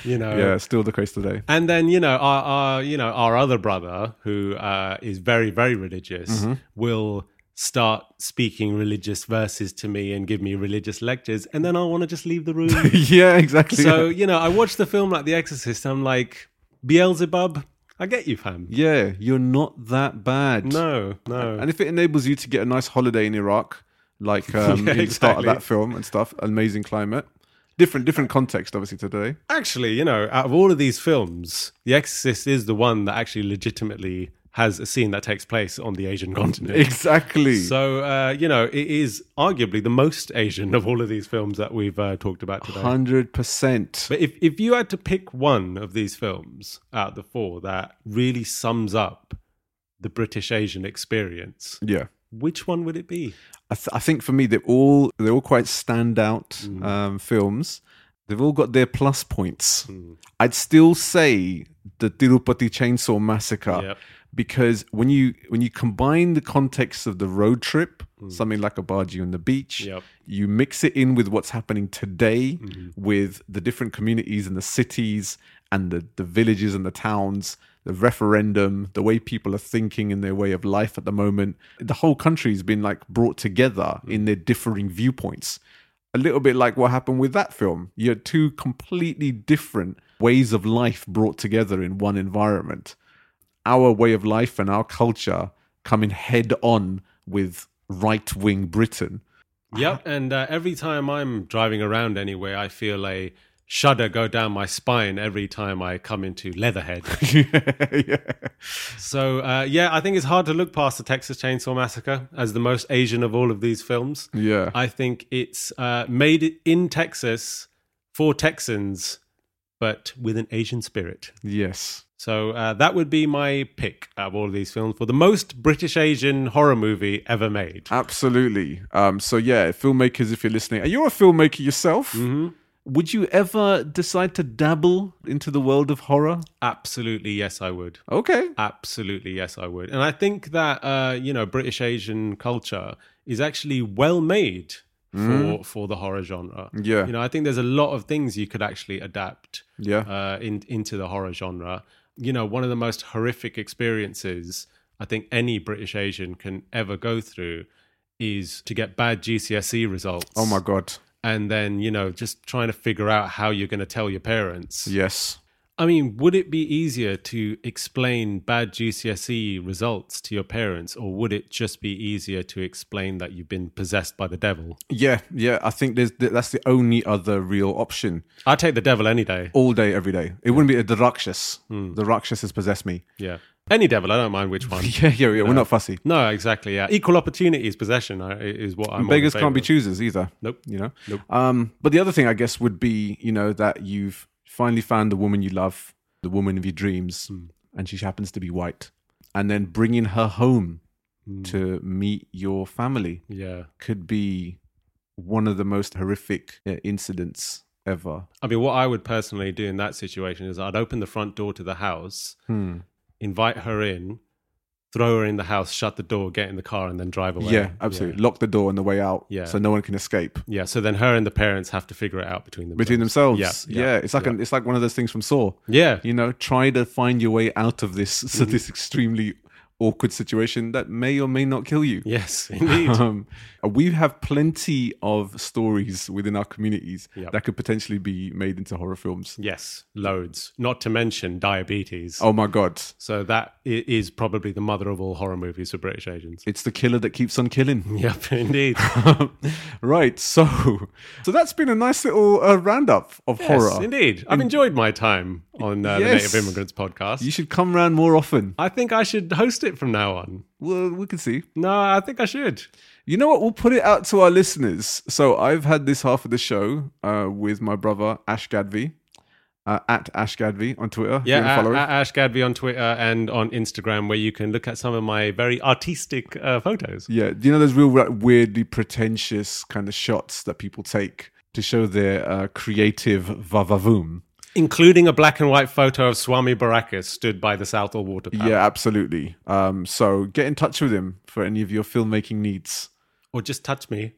Speaker 4: You
Speaker 2: [laughs]
Speaker 4: know,
Speaker 2: yeah, still the case today. [laughs]
Speaker 4: And then you know our, our you know our other brother who uh, is very very religious will start speaking religious verses to me and give me religious lectures, and then I want to just leave the room.
Speaker 2: yeah, exactly.
Speaker 4: so you know I watched the film like The Exorcist. I'm like Beelzebub, I get you, fam.
Speaker 2: [laughs] yeah, you're not that bad.
Speaker 4: No, no.
Speaker 2: And if it enables you to get a nice holiday in Iraq, like um, [laughs]
Speaker 4: [laughs] Yeah,
Speaker 2: in the start of
Speaker 4: exactly.
Speaker 2: that film and stuff, amazing climate. Different, different context, obviously today.
Speaker 4: actually, you know, out of all of these films, The Exorcist is the one that actually legitimately has a scene that takes place on the Asian continent.
Speaker 2: Exactly.
Speaker 4: So, uh, you know, it is arguably the most Asian of all of these films that we've uh, talked about today.
Speaker 2: Hundred percent.
Speaker 4: But if, if you had to pick one of these films out of the four that really sums up the British Asian experience,
Speaker 2: Yeah.
Speaker 4: which one would it be?
Speaker 2: I, th- I think for me, they're all they're all quite standout
Speaker 4: Mm.
Speaker 2: um, films. They've all got their plus points.
Speaker 4: Mm.
Speaker 2: I'd still say the Tirupati Chainsaw Massacre
Speaker 4: Yep.
Speaker 2: because when you when you combine the context of the road trip, something like a bargee on the beach,
Speaker 4: Yep.
Speaker 2: you mix it in with what's happening today with the different communities and the cities and the, the villages and the towns the referendum the way people are thinking in their way of life at the moment the whole country's been like brought together in their differing viewpoints a little bit like what happened with that film you had two completely different ways of life brought together in one environment our way of life and our culture coming head on with right wing britain
Speaker 4: [laughs] Yep. And uh, every time I'm driving around anywhere, I feel a shudder go down my spine every time I come into Leatherhead.
Speaker 2: yeah.
Speaker 4: so, uh, yeah, I think it's hard to look past the Texas Chainsaw Massacre as the most Asian of all of these films.
Speaker 2: Yeah.
Speaker 4: I think it's uh, made it in Texas for Texans, but with an Asian spirit.
Speaker 2: yes.
Speaker 4: So uh, that would be my pick out of all of these films for the most British Asian horror movie ever made.
Speaker 2: Absolutely. Um, so yeah, filmmakers, if you're listening, are you a filmmaker yourself?
Speaker 4: Mm-hmm.
Speaker 2: Would you ever decide to dabble into the world of horror?
Speaker 4: Absolutely, yes, I would.
Speaker 2: Okay.
Speaker 4: Absolutely, yes, I would. And I think that uh, you know British Asian culture is actually well made for for the horror genre.
Speaker 2: Yeah.
Speaker 4: you know, I think there's a lot of things you could actually adapt.
Speaker 2: Yeah.
Speaker 4: uh, in, into the horror genre. You know, one of the most horrific experiences I think any British Asian can ever go through is to get bad GCSE E results.
Speaker 2: Oh my god.
Speaker 4: And then you know, just trying to figure out how you're going to tell your parents.
Speaker 2: Yes.
Speaker 4: I mean, would it be easier to explain bad GCSE E results to your parents, or would it just be easier to explain that you've been possessed by the devil?
Speaker 2: Yeah. Yeah. I think there's th- that's the only other real option.
Speaker 4: I take the devil any day.
Speaker 2: All day, every day. It wouldn't be a the Rakshas.
Speaker 4: Hmm.
Speaker 2: The Rakshas has possessed me. [laughs]
Speaker 4: Yeah, any devil. I don't mind which one.
Speaker 2: Yeah. Yeah. yeah.
Speaker 4: Uh,
Speaker 2: We're not fussy.
Speaker 4: No, exactly. Yeah, equal opportunity is possession uh, is what I'm. all in
Speaker 2: beggars
Speaker 4: favour
Speaker 2: can't be
Speaker 4: of.
Speaker 2: choosers either.
Speaker 4: Nope.
Speaker 2: You know.
Speaker 4: Nope.
Speaker 2: Um, but the other thing I guess would be you know that you've finally found the woman you love, the woman of your dreams,
Speaker 4: Hmm.
Speaker 2: and she happens to be white, and then bringing her home
Speaker 4: Hmm.
Speaker 2: to meet your family
Speaker 4: Yeah,
Speaker 2: could be one of the most horrific uh, incidents ever.
Speaker 4: I mean, what I would personally do in that situation is I'd open the front door to the house,
Speaker 2: Hmm.
Speaker 4: invite her in, throw her in the house, shut the door, get in the car, and then drive away.
Speaker 2: yeah, absolutely. Lock the door on the way out,
Speaker 4: Yeah.
Speaker 2: so no one can escape.
Speaker 4: Yeah. So then her and the parents have to figure it out between themselves.
Speaker 2: Between themselves,
Speaker 4: Yeah,
Speaker 2: yeah,
Speaker 4: yeah,
Speaker 2: it's like
Speaker 4: yeah.
Speaker 2: An, it's like one of those things from Saw.
Speaker 4: Yeah.
Speaker 2: you know try to find your way out of this [laughs] so
Speaker 4: Mm-hmm.
Speaker 2: this extremely awkward situation that may or may not kill you
Speaker 4: Yes, [laughs] indeed.
Speaker 2: [laughs] um, we have plenty of stories within our communities
Speaker 4: Yep.
Speaker 2: that could potentially be made into horror films
Speaker 4: yes, loads. Not to mention diabetes.
Speaker 2: oh my god
Speaker 4: So that i- is probably the mother of all horror movies for British Asians.
Speaker 2: it's the killer that keeps on killing [laughs]
Speaker 4: [laughs] Yep, indeed.
Speaker 2: right so so that's been a nice little uh, roundup of
Speaker 4: Yes,
Speaker 2: horror
Speaker 4: indeed. I've enjoyed my time on uh,
Speaker 2: Yes.
Speaker 4: the Native Immigrants podcast.
Speaker 2: you should come round more often
Speaker 4: I think I should host it from now on.
Speaker 2: well we can see
Speaker 4: No, I think I should.
Speaker 2: You know what? We'll put it out to our listeners. So I've had this half of the show uh, with my brother Ash Gadvi uh, at Ash Gadvi on Twitter. If you wanna
Speaker 4: Yeah, uh, at,
Speaker 2: follow him.
Speaker 4: at Ash Gadby on Twitter and on Instagram, where you can look at some of my very artistic uh, photos.
Speaker 2: yeah. Do you know those real like, weirdly pretentious kind of shots that people take to show their uh, creative vavavoom?
Speaker 4: Including a black and white photo of Swami Barakas stood by the Southall Water Park.
Speaker 2: Yeah, absolutely. Um, so get in touch with him for any of your filmmaking needs.
Speaker 4: Or just touch me.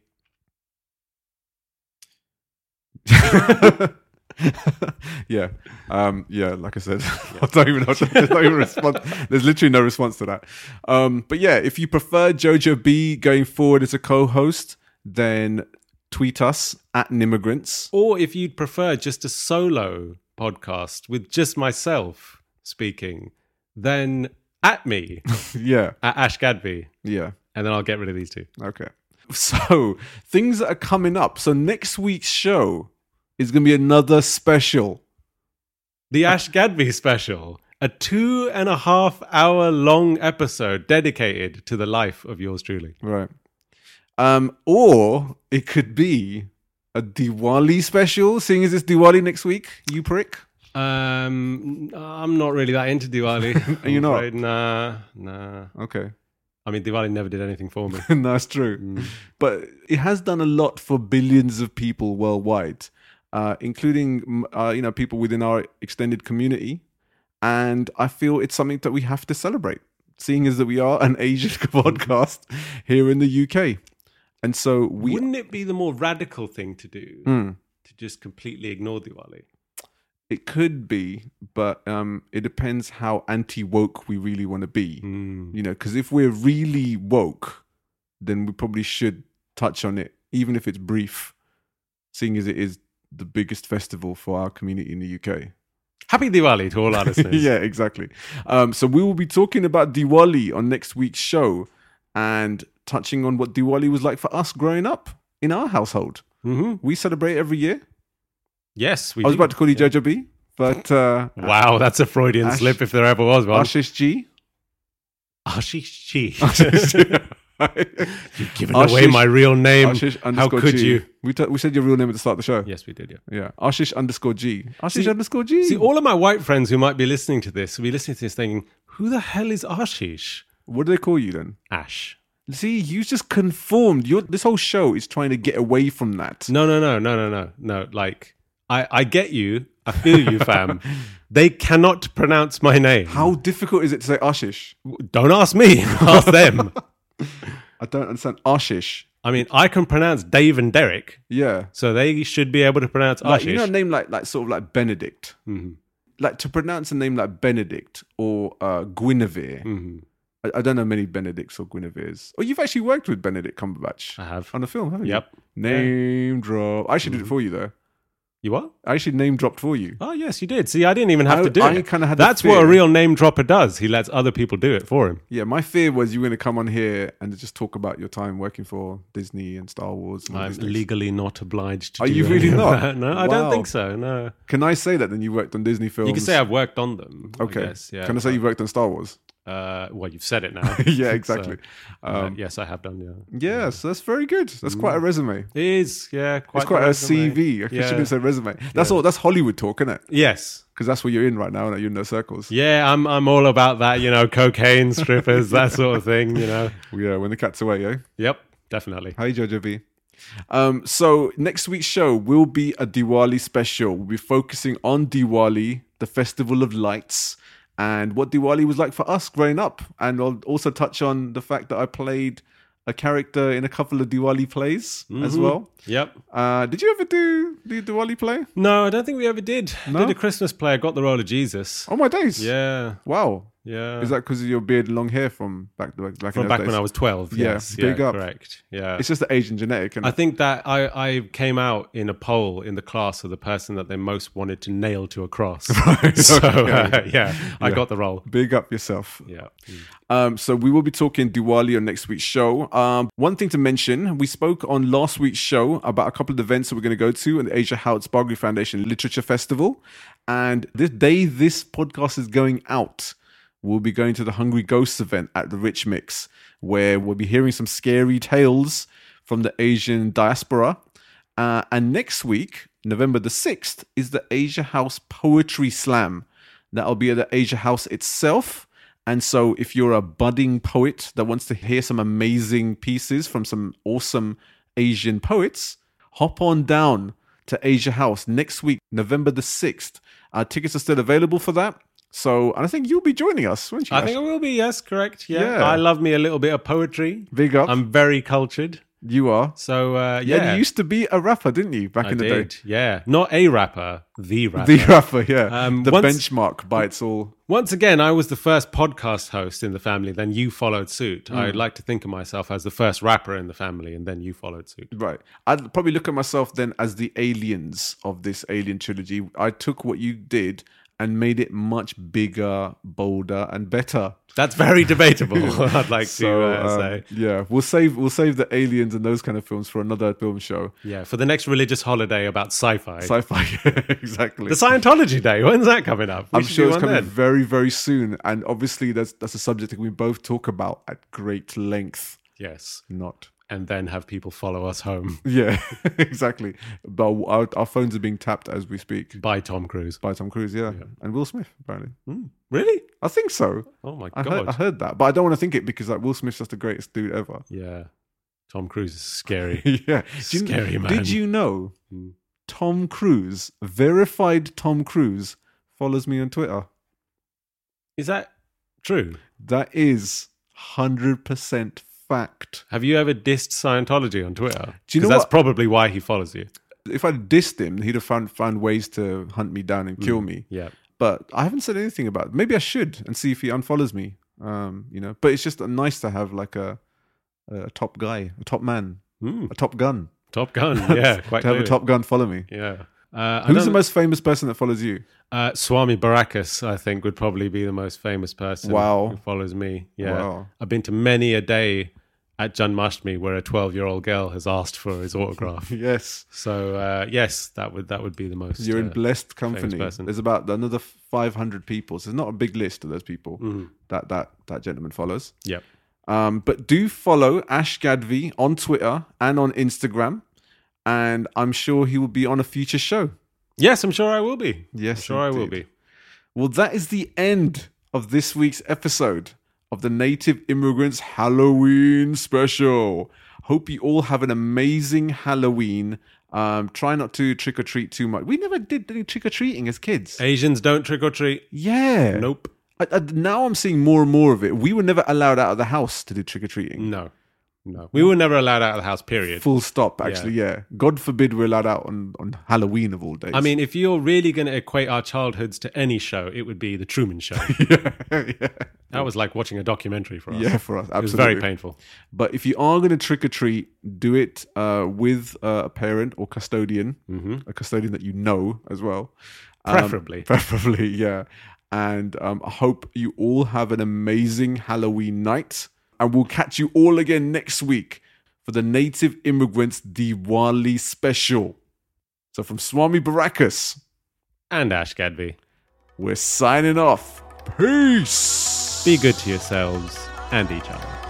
Speaker 2: yeah, um, yeah. Like I said, [laughs] I don't even know. There's, not even a response. there's literally no response to that. Um, but yeah, if you prefer Jojo B going forward as a co-host, then tweet us at Nimmigrants. [laughs]
Speaker 4: Or if you'd prefer just a solo podcast with just myself speaking, then at me, [laughs]
Speaker 2: Yeah,
Speaker 4: at Ash Gadby,
Speaker 2: yeah.
Speaker 4: and then I'll get rid of these two.
Speaker 2: Okay. So things that are coming up. So next week's show is going to be another special.
Speaker 4: The Ash Gadby special, a two and a half hour long episode dedicated to the life of yours truly.
Speaker 2: Right. Um, or it could be a Diwali special, seeing as it's Diwali next week, you prick.
Speaker 4: Um, I'm not really that into Diwali.
Speaker 2: Are you
Speaker 4: I'm
Speaker 2: not?
Speaker 4: afraid. Nah, nah.
Speaker 2: Okay.
Speaker 4: I mean, Diwali never did anything for me.
Speaker 2: [laughs] and that's true. But it has done a lot for billions of people worldwide, uh, including mm, uh, you know people within our extended community. And I feel it's something that we have to celebrate, seeing as that we are an [laughs] Asian podcast here in the UK, and so we. Hmm. mm,
Speaker 4: Wouldn't it be the more radical thing to do to just completely ignore Diwali?
Speaker 2: It could be, but um, it depends how anti woke we really want to be.
Speaker 4: Hmm.
Speaker 2: You know, because if we're really woke, then we probably should touch on it, even if it's brief, seeing as it is the biggest festival for our community in the UK.
Speaker 4: Happy Diwali to all our listeners.
Speaker 2: [laughs] yeah, exactly. Um, so we will be talking about Diwali on next week's show and touching on what Diwali was like for us growing up in our household.
Speaker 4: hmm
Speaker 2: We celebrate every year.
Speaker 4: Yes, we.
Speaker 2: I was
Speaker 4: do.
Speaker 2: about to call you Jojo B, but uh,
Speaker 4: Wow, that's a Freudian
Speaker 2: Ash-
Speaker 4: slip if there ever was one.
Speaker 2: Ashish
Speaker 4: [laughs]
Speaker 2: G.
Speaker 4: Ashish Chi.
Speaker 2: Ashish
Speaker 4: [laughs] You've given
Speaker 2: Ashish-
Speaker 4: away my real name. How
Speaker 2: underscore
Speaker 4: could
Speaker 2: G.
Speaker 4: you?
Speaker 2: We, t- we said your real name at the start of the show. Yeah.
Speaker 4: Yes, we did. Yeah.
Speaker 2: Ashish underscore G. Ashish
Speaker 4: See-
Speaker 2: underscore G.
Speaker 4: See, all of my white friends who might be listening to this will be listening to this thinking, "Who the hell is Ashish?"
Speaker 2: what do they call you then?
Speaker 4: Ash.
Speaker 2: See, you just conformed. Your this whole show is trying to get away from that.
Speaker 4: No, no, no, no, no, no, no. Like, I, I get you. I feel
Speaker 2: [laughs]
Speaker 4: you, fam. they cannot pronounce my name.
Speaker 2: How difficult is it to say Ashish?
Speaker 4: Don't ask me. [laughs] Ask them.
Speaker 2: I don't understand. Ashish.
Speaker 4: I mean, I can pronounce Dave and Derek,
Speaker 2: Yeah.
Speaker 4: so they should be able to pronounce
Speaker 2: Like,
Speaker 4: Ashish.
Speaker 2: you know, a name like like sort of like Benedict.
Speaker 4: Mhm.
Speaker 2: Like to pronounce a name like Benedict or uh, Guinevere.
Speaker 4: Mhm.
Speaker 2: I, I don't know many Benedicts or Guinevere's. Oh, you've actually worked with Benedict Cumberbatch.
Speaker 4: I have.
Speaker 2: on a film, haven't
Speaker 4: Yep.
Speaker 2: you? Name drop. I actually did it for you though.
Speaker 4: You what?
Speaker 2: I actually name dropped for you.
Speaker 4: Oh yes, you did. See, I didn't even have
Speaker 2: I-
Speaker 4: to do
Speaker 2: I
Speaker 4: it.
Speaker 2: kinda had the
Speaker 4: That's what a
Speaker 2: fear.
Speaker 4: real name dropper does. He lets other people do it for him.
Speaker 2: Yeah, my fear was you were going to come on here and just talk about your time working for Disney and Star Wars. And all
Speaker 4: I'm
Speaker 2: these things.
Speaker 4: legally not obliged to.
Speaker 2: Are
Speaker 4: do
Speaker 2: you
Speaker 4: any
Speaker 2: really
Speaker 4: of
Speaker 2: not?
Speaker 4: that. [laughs] No, I don't
Speaker 2: Wow.
Speaker 4: think so. No,
Speaker 2: Can I say that? Then you worked on Disney films.
Speaker 4: you can say I've worked on them. I
Speaker 2: okay.
Speaker 4: guess, yeah.
Speaker 2: Can I say you worked on Star Wars?
Speaker 4: Uh, well, you've said it now.
Speaker 2: [laughs] yeah,
Speaker 4: [laughs] So,
Speaker 2: exactly.
Speaker 4: uh,
Speaker 2: um,
Speaker 4: yes, I have done. Yeah,
Speaker 2: yeah, so that's very good. That's quite a resume.
Speaker 4: it is. Yeah, Mm. quite
Speaker 2: it's quite a
Speaker 4: the resume.
Speaker 2: CV. I
Speaker 4: Yeah.
Speaker 2: shouldn't say resume. That's all. That's Hollywood talk, isn't it?
Speaker 4: Yes.
Speaker 2: Because that's where you're in right now, and you're in those circles. Yeah.
Speaker 4: Yeah, I'm. I'm all about that. You know, cocaine strippers, that sort of thing. You know.
Speaker 2: when the cat's away, eh? yeah.
Speaker 4: Yep. Definitely.
Speaker 2: Hi, Jojo B. Um, so next week's show will be a Diwali special. We'll be focusing on Diwali, the festival of lights, and what Diwali was like for us growing up. And I'll also touch on the fact that I played a character in a couple of Diwali plays
Speaker 4: Mm-hmm.
Speaker 2: as well.
Speaker 4: Yep.
Speaker 2: Uh, did you ever do the Diwali play?
Speaker 4: No, I don't think we ever did.
Speaker 2: No?
Speaker 4: Did a Christmas play? I got the role of Jesus.
Speaker 2: Oh my days!
Speaker 4: Yeah.
Speaker 2: Wow.
Speaker 4: Yeah.
Speaker 2: Is that because of your beard and long hair from back back, back
Speaker 4: from
Speaker 2: in those
Speaker 4: back
Speaker 2: days?
Speaker 4: when I was 12.
Speaker 2: Yeah,
Speaker 4: yes.
Speaker 2: big
Speaker 4: yeah,
Speaker 2: up.
Speaker 4: Correct. Yeah.
Speaker 2: It's just the Asian genetic, and
Speaker 4: I think that I, I came out in a poll in the class of the person that they most wanted to nail to
Speaker 2: [laughs]
Speaker 4: a cross. So, uh, yeah, I got the role.
Speaker 2: big up yourself.
Speaker 4: Yeah.
Speaker 2: Um, so we will be talking Diwali on next week's show. Um, one thing to mention, we spoke on last week's show about a couple of events that we're going to go to at the Asia Howard Bargrave Foundation Literature Festival. And the day this podcast is going out, we'll be going to the Hungry Ghosts event at the Rich Mix, where we'll be hearing some scary tales from the Asian diaspora. Uh, and next week, November the 6th, is the Asia House Poetry Slam. That'll be at the Asia House itself. And so, if you're a budding poet that wants to hear some amazing pieces from some awesome Asian poets, hop on down to Asia House next week, November the 6th. Uh, tickets are still available for that. So, and I think you'll be joining us, won't you?
Speaker 4: I think
Speaker 2: Ash?
Speaker 4: it will be. Yes, correct. Yeah.
Speaker 2: Yeah.
Speaker 4: I love me a little bit of poetry.
Speaker 2: Big up.
Speaker 4: I'm very cultured.
Speaker 2: you are.
Speaker 4: So, uh,
Speaker 2: Yeah.
Speaker 4: yeah.
Speaker 2: you used to be a rapper, didn't you, back
Speaker 4: I
Speaker 2: in the
Speaker 4: did.
Speaker 2: day?
Speaker 4: Yeah. Not a rapper, the rapper.
Speaker 2: The rapper, yeah.
Speaker 4: Um,
Speaker 2: the
Speaker 4: once-
Speaker 2: benchmark by its all.
Speaker 4: Once again, I was the first podcast host in the family, then you followed suit.
Speaker 2: Hmm.
Speaker 4: I'd like to think of myself as the first rapper in the family, and then you followed suit.
Speaker 2: Right. I'd probably look at myself then as the aliens of this alien trilogy. I took what you did and made it much bigger, bolder, and better.
Speaker 4: That's very debatable. [laughs] I'd like to uh,
Speaker 2: um,
Speaker 4: say.
Speaker 2: yeah, we'll save we'll save the aliens and those kind of films for another film show.
Speaker 4: Yeah, for the next religious holiday about sci-fi.
Speaker 2: Sci-fi, [laughs] exactly.
Speaker 4: the Scientology Day. When's that coming up? We
Speaker 2: I'm
Speaker 4: should
Speaker 2: sure
Speaker 4: do
Speaker 2: it's
Speaker 4: one
Speaker 2: coming
Speaker 4: then.
Speaker 2: very, very soon, and obviously that's that's a subject that we both talk about at great length.
Speaker 4: Yes,
Speaker 2: Not,
Speaker 4: and then have people follow us home [laughs]
Speaker 2: yeah, [laughs] exactly. But our, our phones are being tapped as we speak
Speaker 4: by Tom Cruise.
Speaker 2: by Tom Cruise, yeah, and Will Smith apparently.
Speaker 4: Really?
Speaker 2: I think so.
Speaker 4: Oh my
Speaker 2: Mm, I
Speaker 4: god.
Speaker 2: heard, I heard that, but I don't want to think it because like Will Smith's just the greatest dude ever. [laughs]
Speaker 4: Yeah, Tom Cruise is scary.
Speaker 2: yeah, Do
Speaker 4: Scary man.
Speaker 2: Did you know
Speaker 4: Mm.
Speaker 2: Tom Cruise, verified Tom Cruise, follows me on Twitter?
Speaker 4: is that true?
Speaker 2: That is hundred percent fact.
Speaker 4: Have you ever dissed Scientology on Twitter?
Speaker 2: Do you
Speaker 4: 'Cause
Speaker 2: know
Speaker 4: that's
Speaker 2: what-
Speaker 4: probably why he follows you.
Speaker 2: if I dissed him, he'd have found found ways to hunt me down and kill me.
Speaker 4: Yeah.
Speaker 2: But I haven't said anything about. It. Maybe I should and see if he unfollows me. Um, you know. But it's just nice to have like a a top guy, a top man,
Speaker 4: Mm,
Speaker 2: a top gun. [laughs]
Speaker 4: top Gun. Yeah, quite
Speaker 2: Hmm. to have
Speaker 4: clearly.
Speaker 2: a top gun follow me.
Speaker 4: Yeah. Uh, I
Speaker 2: Who's
Speaker 4: don't-
Speaker 2: the most famous person that follows you? [laughs]
Speaker 4: Uh, Swami Barakas, I think, would probably be the most famous person.
Speaker 2: Wow.
Speaker 4: Who follows me. Yeah.
Speaker 2: Wow.
Speaker 4: I've been to many a day at Janmashtami where a 12 year old girl has asked for his
Speaker 2: [laughs]
Speaker 4: autograph.
Speaker 2: Yes,
Speaker 4: so, uh, yes, that would that would be the most.
Speaker 2: you're in
Speaker 4: uh,
Speaker 2: blessed company.
Speaker 4: person.
Speaker 2: There's about another 500 people. So it's not a big list of those people
Speaker 4: Mm-hmm.
Speaker 2: that that that gentleman follows.
Speaker 4: Yep.
Speaker 2: Um, but do follow Ash Gadvi on Twitter and on Instagram. And I'm sure he will be on a future show.
Speaker 4: Yes, I'm sure I will be.
Speaker 2: Yes,
Speaker 4: I'm sure I will
Speaker 2: indeed.
Speaker 4: be.
Speaker 2: Well, that is the end of this week's episode of the Native Immigrants Halloween Special. Hope you all have an amazing Halloween. Um, try not to trick or treat too much. We never did any trick or treating as kids.
Speaker 4: Asians don't trick or treat.
Speaker 2: Yeah.
Speaker 4: Nope.
Speaker 2: I, I, now I'm seeing more and more of it. We were never allowed out of the house to do trick or treating.
Speaker 4: No. No. We were never allowed out of the house, period.
Speaker 2: Full stop, actually, yeah. God forbid we're allowed out on, on Halloween of all days.
Speaker 4: I mean, if you're really going to equate our childhoods to any show, it would be The
Speaker 2: [laughs]
Speaker 4: Truman Show.
Speaker 2: [laughs] yeah, yeah.
Speaker 4: that was like watching a documentary for us.
Speaker 2: Yeah, for us,
Speaker 4: It was
Speaker 2: absolutely.
Speaker 4: very painful.
Speaker 2: But if you are going to trick or treat, do it uh, with uh, a parent or custodian, a custodian that you know as well. Um, [laughs]
Speaker 4: Preferably.
Speaker 2: preferably, yeah. And um, I hope you all have an amazing Halloween night. And we'll catch you all again next week for the Native Immigrants Diwali special. So, from Swami Barakas,
Speaker 4: and Ash Gadby.
Speaker 2: we're signing off. Peace.
Speaker 4: Be good to yourselves and each other.